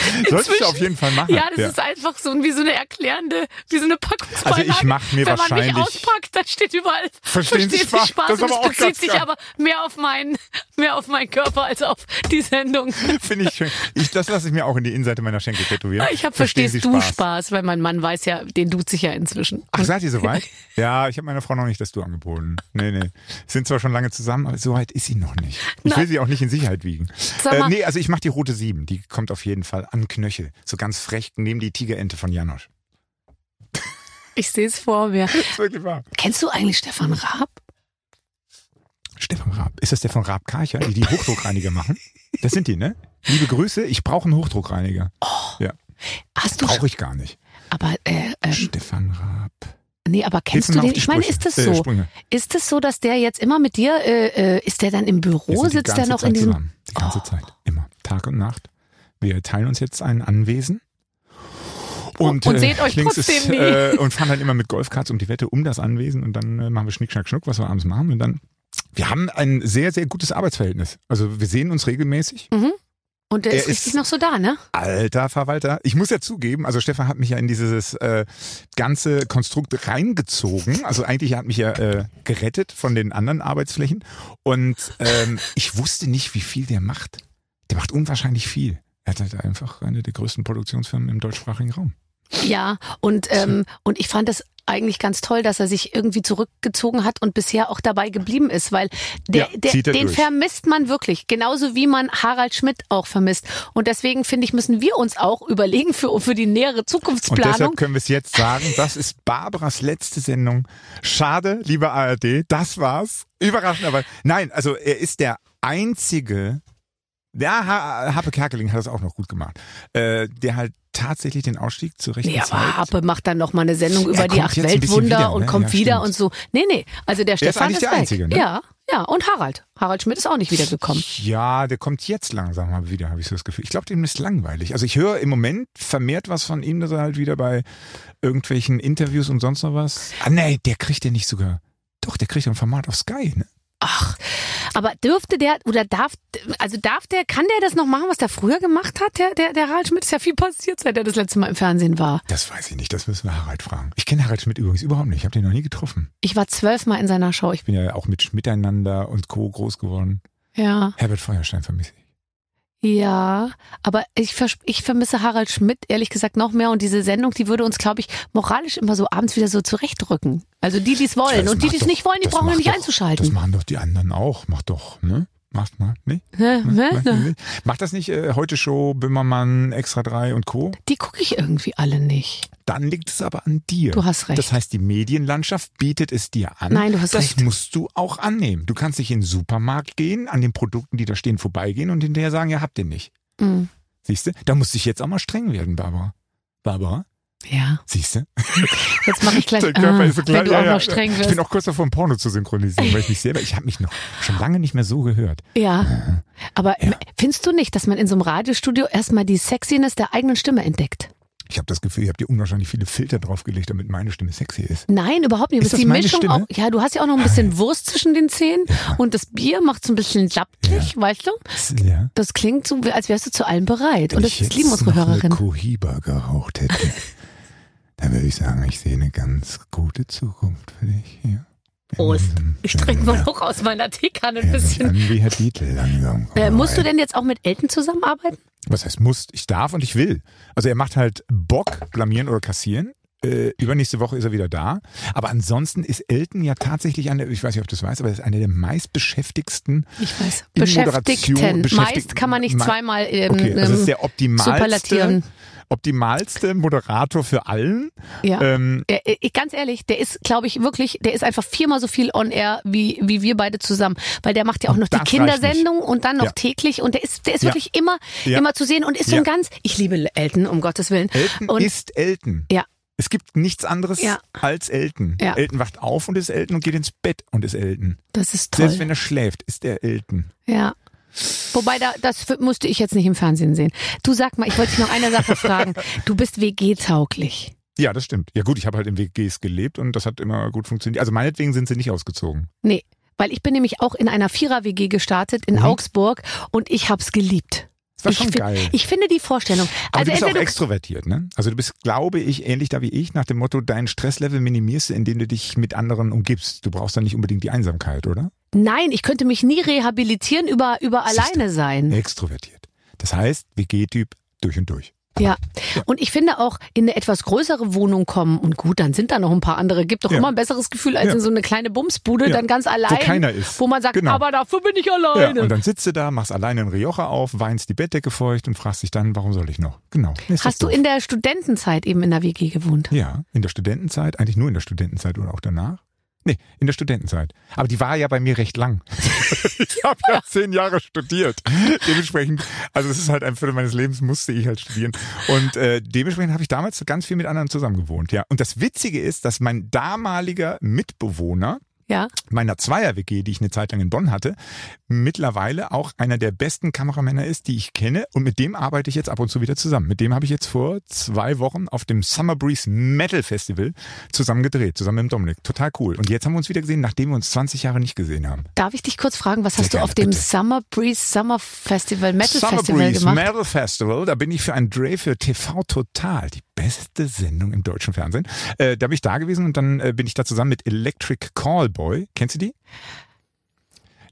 D: Sollte ich
B: Inzwischen-
D: auf jeden Fall machen.
B: Ja, das ist einfach so wie so eine erklärende, wie so eine Packungsbeilage.
D: Also ich mach mir
B: Wenn man mich
D: wahrscheinlich-
B: auspackt, da steht überall
D: Verstehen Sie Spaß? Das ist
B: und
D: aber
B: es
D: auch
B: bezieht
D: ganz
B: sich
D: geil.
B: aber mehr auf meinen, mehr auf meinen Körper als auf die Sendung.
D: Finde ich schön. Ich, das lasse ich mir auch in die Innenseite meiner Schenkel tätowieren.
B: Ich habe
D: Verstehen
B: verstehst
D: Sie
B: du Spaß? weil mein Mann weiß ja, den duzt sich ja inzwischen.
D: Ach, seid ihr soweit? Ja, ich habe meiner Frau noch nicht das Du angeboten. Nee, nee. Sind zwar schon lange zusammen, aber soweit ist sie noch nicht. Ich will sie auch nicht in Sicherheit wiegen.
B: Sag mal-
D: Äh, nee, also ich mache die rote Sieben. Die kommt auf jeden Fall an Knöchel. So ganz frech neben die Tigerente von Janosch.
B: Ich sehe es vor mir.
D: Das ist wirklich wahr.
B: Kennst du eigentlich Stefan Raab?
D: Stefan Raab. Ist das der von Raab Karcher, die die Hochdruckreiniger machen? Das sind die, ne? Liebe Grüße, ich brauche einen Hochdruckreiniger.
B: Oh,
D: Ja,
B: Hast du schon,
D: brauche ich gar nicht.
B: aber äh, ähm,
D: Stefan Raab.
B: nee, aber kennst du
D: Hilf mir mal auf
B: den?
D: die
B: Ich meine,
D: Sprüche.
B: ist das
D: Äh,
B: so?
D: Sprünge.
B: Ist es so, dass der jetzt immer mit dir äh, äh, ist der dann im
D: Wir
B: Büro,
D: sind die
B: sitzt der
D: ganze
B: noch
D: Zeit
B: in diesem Oh.
D: zusammen. Die ganze Zeit. Immer. Tag und Nacht. Wir teilen uns jetzt ein Anwesen. Und, äh,
B: Und seht euch
D: links
B: trotzdem
D: ist,
B: nie.
D: äh, Und fahren dann immer mit Golfkarts um die Wette um das Anwesen und dann äh, machen wir Schnick, Schnack, Schnuck, was wir abends machen. Und dann, wir haben ein sehr, sehr gutes Arbeitsverhältnis. Also wir sehen uns regelmäßig.
B: und der
D: Er
B: ist richtig
D: ist-
B: noch so da, ne?
D: Alter Verwalter. Ich muss ja zugeben, also Stefan hat mich ja in dieses äh, ganze Konstrukt reingezogen. Also eigentlich hat mich ja äh, gerettet von den anderen Arbeitsflächen. Und ähm, ich wusste nicht, wie viel der macht. Der macht unwahrscheinlich viel. Er hat halt einfach eine der größten Produktionsfirmen im deutschsprachigen Raum.
B: Ja, und, ähm, und ich fand das eigentlich ganz toll, dass er sich irgendwie zurückgezogen hat und bisher auch dabei geblieben ist, weil der,
D: Ja,
B: der,
D: zieht er
B: den
D: durch.
B: vermisst man wirklich, genauso wie man Harald Schmidt auch vermisst. Und deswegen finde ich, müssen wir uns auch überlegen für, für die nähere
D: Und
B: Zukunftsplanung.
D: deshalb können wir es jetzt sagen, das ist Barbaras letzte Sendung. Schade, liebe ARD, das war's. Überraschend, aber nein, also er ist der einzige, ja, Ha- Happe Kerkeling hat das auch noch gut gemacht, äh, der halt tatsächlich den Ausstieg zur rechten
B: Nee, aber
D: Zeit...
B: Happe macht dann noch mal eine Sendung über
D: Er
B: die
D: kommt
B: acht
D: jetzt ein bisschen
B: Weltwunder
D: wieder,
B: und
D: ne?
B: kommt
D: Ja,
B: wieder
D: stimmt.
B: und so. Nee, nee, also der
D: ist
B: Stefan
D: eigentlich
B: ist,
D: der
B: weg.
D: Einzige, ne?
B: Ja, ja, und Harald. Harald Schmidt ist auch nicht wiedergekommen.
D: Ja, der kommt jetzt langsam mal wieder, habe ich so das Gefühl. Ich glaube, dem ist langweilig. Also ich höre im Moment vermehrt was von ihm, dass er halt wieder bei irgendwelchen Interviews und sonst noch was... Ah nee, der kriegt den nicht sogar... Doch, der kriegt ein Format auf Sky, ne?
B: Aber dürfte der oder darf, also darf der, kann der das noch machen, was der früher gemacht hat? Der, der, der Harald Schmidt ist ja viel passiert, seit er das letzte Mal im Fernsehen war.
D: Das weiß ich nicht, das müssen wir Harald fragen. Ich kenne Harald Schmidt übrigens überhaupt nicht, ich habe den noch nie getroffen.
B: Ich war zwölfmal in seiner Show. Ich,
D: Ich bin ja auch mit Miteinander und Co. groß geworden.
B: ja,
D: Herbert Feuerstein vermisse ich.
B: ja. Aber ich, vers- ich vermisse Harald Schmidt ehrlich gesagt noch mehr und diese Sendung, die würde uns, glaube ich, moralisch immer so abends wieder so zurechtrücken. Also die, die es wollen
D: Das
B: und die,
D: macht
B: die es
D: doch-
B: nicht wollen, die
D: das
B: brauchen wir
D: macht
B: nicht
D: doch- Das
B: einzuschalten.
D: machen doch die anderen auch, mach doch, ne? Macht mal, ne?
B: Hä?
D: Macht das
B: Hä?
D: nicht? Macht das nicht äh, heute Show, Böhmermann, Extra 3 und Co.?
B: Die gucke ich irgendwie alle nicht.
D: Dann liegt es aber an dir.
B: Du hast recht.
D: Das heißt, die Medienlandschaft bietet es dir an.
B: Nein, du hast
D: das
B: recht.
D: musst du auch annehmen. Du kannst nicht in den Supermarkt gehen, an den Produkten, die da stehen, vorbeigehen und hinterher sagen, ja, habt ihr nicht.
B: Mhm.
D: Siehst du? Da musste ich jetzt auch mal streng werden, Barbara. Barbara,
B: Ja,
D: siehst du?
B: jetzt mache ich gleich.
D: Dein Körper
B: ah,
D: ist so klein.
B: Wenn du
D: ja,
B: auch
D: ja.
B: noch streng
D: Ich
B: wirst.
D: bin auch kurz davor, ein Porno zu synchronisieren, weil ich mich selber, ich habe mich noch schon lange nicht mehr so gehört.
B: Ja,
D: Äh.
B: aber findest du nicht, dass man in so einem Radiostudio erstmal die Sexiness der eigenen Stimme entdeckt?
D: Ich habe das Gefühl, ihr habt dir unwahrscheinlich viele Filter draufgelegt, damit meine Stimme sexy ist.
B: Nein, überhaupt nicht.
D: Ist
B: Aber
D: das meine Stimme?
B: auch, ja, du hast ja auch noch ein bisschen Wurst zwischen den Zähnen und das Bier macht so ein bisschen lapplich, weißt du?
D: Ja.
B: Das klingt so, als wärst du zu allem bereit.
D: Wenn
B: und
D: ich
B: das, das
D: jetzt
B: lieben unsere
D: noch eine
B: Hörerinnen.
D: Cohiba geraucht hätte, dann würde ich sagen, ich sehe eine ganz gute Zukunft für dich hier.
B: Prost. Oh, Ich trinke
D: mal
B: mal auch aus meiner Teekanne ein
D: ein bisschen.
B: bisschen.
D: An wie Herr Dietl langsam. Oh.
B: Äh, musst du
D: denn?
B: denn jetzt auch mit Elton zusammenarbeiten?
D: Was heißt muss? Ich darf und ich will. Also er macht halt Bock blamieren oder kassieren. Äh, übernächste Woche ist er wieder da. Aber ansonsten ist Elton ja tatsächlich einer, ich weiß nicht, ob du das weißt, aber er ist einer der meistbeschäftigsten.
B: Ich weiß.
D: in Moderation-
B: Beschäftigten. Meist
D: Beschäftigten-
B: kann man nicht
D: Mei-
B: zweimal ähm,
D: Okay, das
B: ähm,
D: ist der optimalste,
B: superlatieren.
D: optimalste Moderator für allen.
B: Ja.
D: Ähm,
B: Der, äh, ich, ganz ehrlich, der ist, glaube ich, wirklich, der ist einfach viermal so viel on air wie, wie wir beide zusammen. Weil der macht ja auch noch die
D: Das reicht nicht.
B: Kindersendung und dann noch
D: Ja.
B: täglich und der ist, der ist
D: Ja.
B: wirklich immer,
D: Ja.
B: immer zu sehen und ist so ein
D: Ja.
B: ganz, ich liebe Elton, um Gottes Willen.
D: Elton
B: und
D: ist Elton.
B: Ja.
D: Es gibt nichts anderes
B: Ja.
D: als Elton.
B: Ja.
D: Elton wacht auf und ist Elton und geht ins Bett und ist Elton.
B: das ist
D: Selbst
B: toll.
D: wenn er schläft, ist er Elton.
B: Ja. Wobei, da, das f- musste ich jetzt nicht im Fernsehen sehen. Du sag mal, ich wollte dich noch eine Sache fragen. Du bist WG-tauglich.
D: Ja, das stimmt. Ja gut, ich habe halt in WGs gelebt und das hat immer gut funktioniert. Also meinetwegen sind sie nicht ausgezogen.
B: Nee, weil ich bin nämlich auch in einer Vierer-WG gestartet in
D: Mhm.
B: Augsburg und ich hab's geliebt.
D: Das war
B: ich,
D: schon
B: fin-
D: geil.
B: ich finde die Vorstellung. Also
D: Aber du bist auch
B: entweder
D: extrovertiert, ne? Also du bist, glaube ich, ähnlich da wie ich, nach dem Motto, dein Stresslevel minimierst du, indem du dich mit anderen umgibst. Du brauchst dann nicht unbedingt die Einsamkeit, oder?
B: Nein, ich könnte mich nie rehabilitieren über, über
D: Siehste.
B: alleine sein.
D: Extrovertiert. Das heißt, WG-Typ durch und durch.
B: Ja. Und ich finde auch in eine etwas größere Wohnung kommen und gut, dann sind da noch ein paar andere. Gibt doch
D: Ja.
B: immer ein besseres Gefühl als
D: Ja.
B: in so eine kleine Bumsbude,
D: Ja.
B: dann ganz allein.
D: keiner ist.
B: Wo man sagt,
D: Genau.
B: aber dafür bin ich
D: Ja,
B: alleine.
D: und dann sitzt du da, machst alleine einen Rioja auf, weinst die Bettdecke feucht und fragst dich dann, warum soll ich noch? Genau. Ist das
B: Hast du
D: doof.
B: in der Studentenzeit eben in der WG gewohnt?
D: Ja, in der Studentenzeit, eigentlich nur in der Studentenzeit oder auch danach. Nee, in der Studentenzeit. Aber die war ja bei mir recht lang. ich habe ja zehn Jahre studiert. Dementsprechend, also es ist halt ein Viertel meines Lebens, musste ich halt studieren. Und äh, dementsprechend habe ich damals ganz viel mit anderen zusammen gewohnt. Ja. Und das Witzige ist, dass mein damaliger Mitbewohner
B: Ja.
D: meiner Zweier-WG, die ich eine Zeit lang in Bonn hatte, mittlerweile auch einer der besten Kameramänner ist, die ich kenne. Und mit dem arbeite ich jetzt ab und zu wieder zusammen. Mit dem habe ich jetzt vor zwei Wochen auf dem Summer Breeze Metal Festival zusammen gedreht, zusammen mit Dominik. Total cool. Und jetzt haben wir uns wieder gesehen, nachdem wir uns 20 Jahre nicht gesehen haben.
B: Darf ich dich kurz fragen, was hast du
D: gerne,
B: auf dem
D: bitte.
B: Summer Breeze Summer Festival, Metal
D: Summer
B: Festival
D: Breeze
B: gemacht?
D: Metal Festival, da bin ich für einen Dreh für TV Total, die beste Sendung im deutschen Fernsehen. Äh, da bin ich da gewesen und dann äh, bin ich da zusammen mit Electric Callboy. Kennst du die?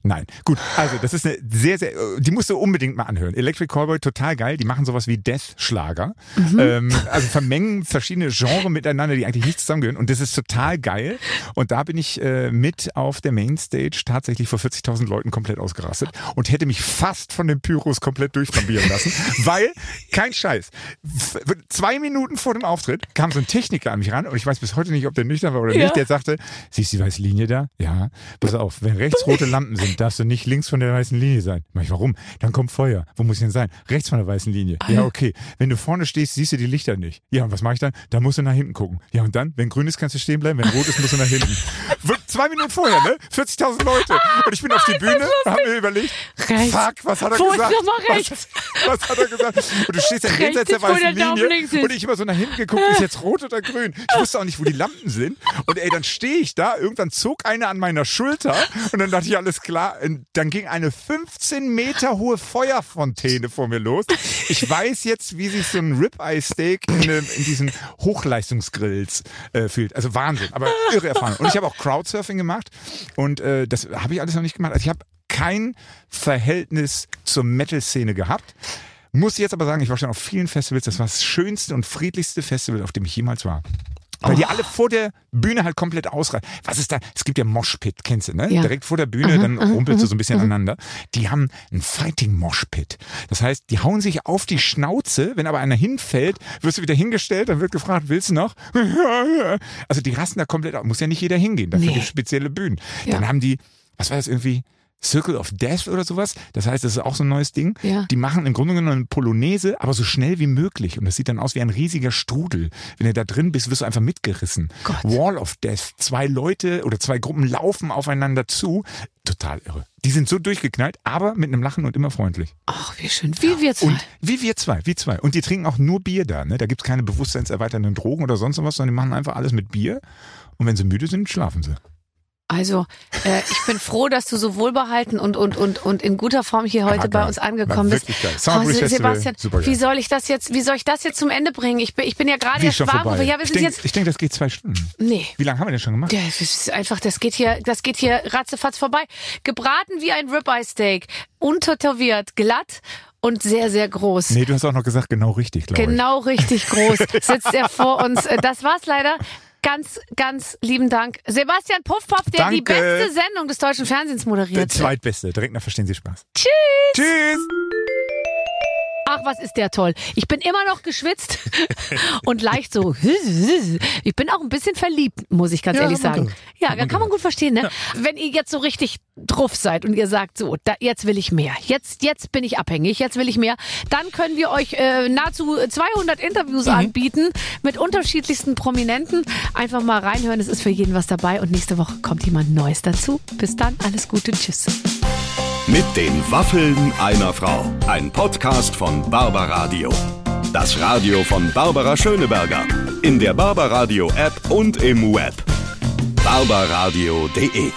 D: Nein. Gut, also das ist eine sehr, sehr, äh, die musst du unbedingt mal anhören. Electric Callboy, total geil. Die machen sowas wie Death-Schlager. Ähm, also vermengen verschiedene Genres miteinander, die eigentlich nicht zusammengehören. Und das ist total geil. Und da bin ich äh, mit auf der Mainstage tatsächlich vor 40.000 Leuten komplett ausgerastet und hätte mich fast von den Pyros komplett durchprobieren lassen, weil, kein Scheiß, f- zwei Minuten vor dem Auftritt kam so ein Techniker an mich ran und ich weiß bis heute nicht, ob der nüchtern war oder
B: Ja.
D: nicht, der sagte, siehst du die weiße Linie da? Ja. Pass auf, wenn rechts rote Lampen sind, darfst du nicht links von der weißen Linie sein. Mach ich, warum? Dann kommt Feuer. Wo muss ich denn sein? Rechts von der weißen Linie.
B: Ah.
D: Ja, okay. Wenn du vorne stehst, siehst du die Lichter nicht. Ja, und was mache ich dann? Dann musst du nach hinten gucken. Ja, und dann, wenn grün ist, kannst du stehen bleiben. Wenn rot ist, musst du nach hinten. Wir- Zwei Minuten vorher, ne? 40.000 Leute. Und ich bin auf die Bühne, hab mir überlegt,
B: Rechts.
D: fuck, was hat er
B: Wo ist
D: gesagt?
B: nochmal rechts?
D: Was, was hat er gesagt? Und du stehst dann
B: Rechts
D: jenseits der
B: ist, wo der
D: weißen
B: Daumen links ist.
D: Linie und ich immer so nach hinten geguckt, ist jetzt rot oder grün? Ich wusste auch nicht, wo die Lampen sind. Und ey, dann stehe ich da, irgendwann zog einer an meiner Schulter und dann dachte ich, alles klar. Und dann ging eine 15 Meter hohe Feuerfontäne vor mir los. Ich weiß jetzt, wie sich so ein Ribeye-Steak in, einem- in diesen Hochleistungsgrills äh, fühlt. Also Wahnsinn, aber irre Erfahrung. Und ich habe auch Crowdsurfing gemacht und äh, das habe ich alles noch nicht gemacht. Also ich habe kein Verhältnis zur Metal-Szene gehabt. Muss jetzt aber sagen, ich war schon auf vielen Festivals. Das war das schönste und friedlichste Festival, auf dem ich jemals war. Weil
B: Oh.
D: die alle vor der Bühne halt komplett ausreißen. Was ist da? Es gibt ja Moshpit, kennst du, ne?
B: Ja.
D: Direkt vor der Bühne, dann rumpelst du so ein bisschen aneinander. Die haben einen Fighting Moshpit. Das heißt, die hauen sich auf die Schnauze. Wenn aber einer hinfällt, wirst du wieder hingestellt, dann wird gefragt, willst du noch? Also die rasten da komplett aus. Muss ja nicht jeder hingehen. Dafür
B: Nee.
D: gibt's spezielle Bühnen.
B: Ja.
D: Dann haben die, was war das irgendwie? Circle of Death oder sowas. Das heißt, das ist auch so ein neues Ding.
B: Ja.
D: Die machen im Grunde genommen eine Polonaise, aber so schnell wie möglich. Und das sieht dann aus wie ein riesiger Strudel. Wenn du da drin bist, wirst du einfach mitgerissen.
B: Gott.
D: Wall of Death. Zwei Leute oder zwei Gruppen laufen aufeinander zu. Total irre. Die sind so durchgeknallt, aber mit einem Lachen und immer freundlich.
B: Ach, wie schön. Wie wir zwei.
D: Und wie wir zwei, wie zwei. Und die trinken auch nur Bier da. Ne? Da gibt's keine bewusstseinserweiternden Drogen oder sonst was, sondern die machen einfach alles mit Bier. Und wenn sie müde sind, schlafen sie.
B: Also, äh, ich bin froh, dass du so wohlbehalten und, und, und, und in guter Form hier heute
D: Ah, geil.
B: bei uns angekommen
D: War
B: bist. Oh,
D: wirklich geil. Summer Breeze
B: Se-
D: Festival,
B: Sebastian,
D: supergeil.
B: wie soll ich das jetzt, wie soll ich das jetzt zum Ende bringen? Ich bin, ich bin ja gerade
D: Die ist
B: erst
D: schon
B: warm.
D: vorbei.
B: Ja, wir
D: ich
B: sind
D: denke,
B: jetzt,
D: denk, das geht zwei Stunden.
B: nee.
D: Wie lange haben wir denn schon gemacht?
B: Ja, das ist einfach, das geht hier, das geht hier ratzefatz vorbei. Gebraten wie ein Ribeye Steak, untertätowiert, glatt und sehr, sehr groß.
D: Nee, du hast auch noch gesagt, genau richtig, glaube ich.
B: Genau richtig groß sitzt er vor uns. Äh, Das war's leider. Ganz, ganz lieben Dank. Sebastian Puffpop, der die
D: Danke.
B: beste Sendung des deutschen Fernsehens
D: Der
B: moderiert.
D: zweitbeste. Direkt nach Verstehen Sie Spaß.
B: Tschüss.
D: Tschüss.
B: Ach, was ist der toll. Ich bin immer noch geschwitzt und leicht so. Ich bin auch ein bisschen verliebt, muss ich ganz
C: Ja,
B: ehrlich
C: hat man
B: sagen.
C: gehört.
B: Ja, da kann man gut verstehen, ne? Wenn ihr jetzt so richtig drauf seid und ihr sagt, so, da, jetzt will ich mehr, jetzt, jetzt bin ich abhängig, jetzt will ich mehr, dann können wir euch äh, nahezu 200 Interviews anbieten mit unterschiedlichsten Prominenten. Einfach mal reinhören, es ist für jeden was dabei und nächste Woche kommt jemand Neues dazu. Bis dann, alles Gute, tschüss.
A: Mit den Waffeln einer Frau. Ein Podcast von Barbaradio. Das Radio von Barbara Schöneberger. In der Barbaradio App und im Web. barbaradio.de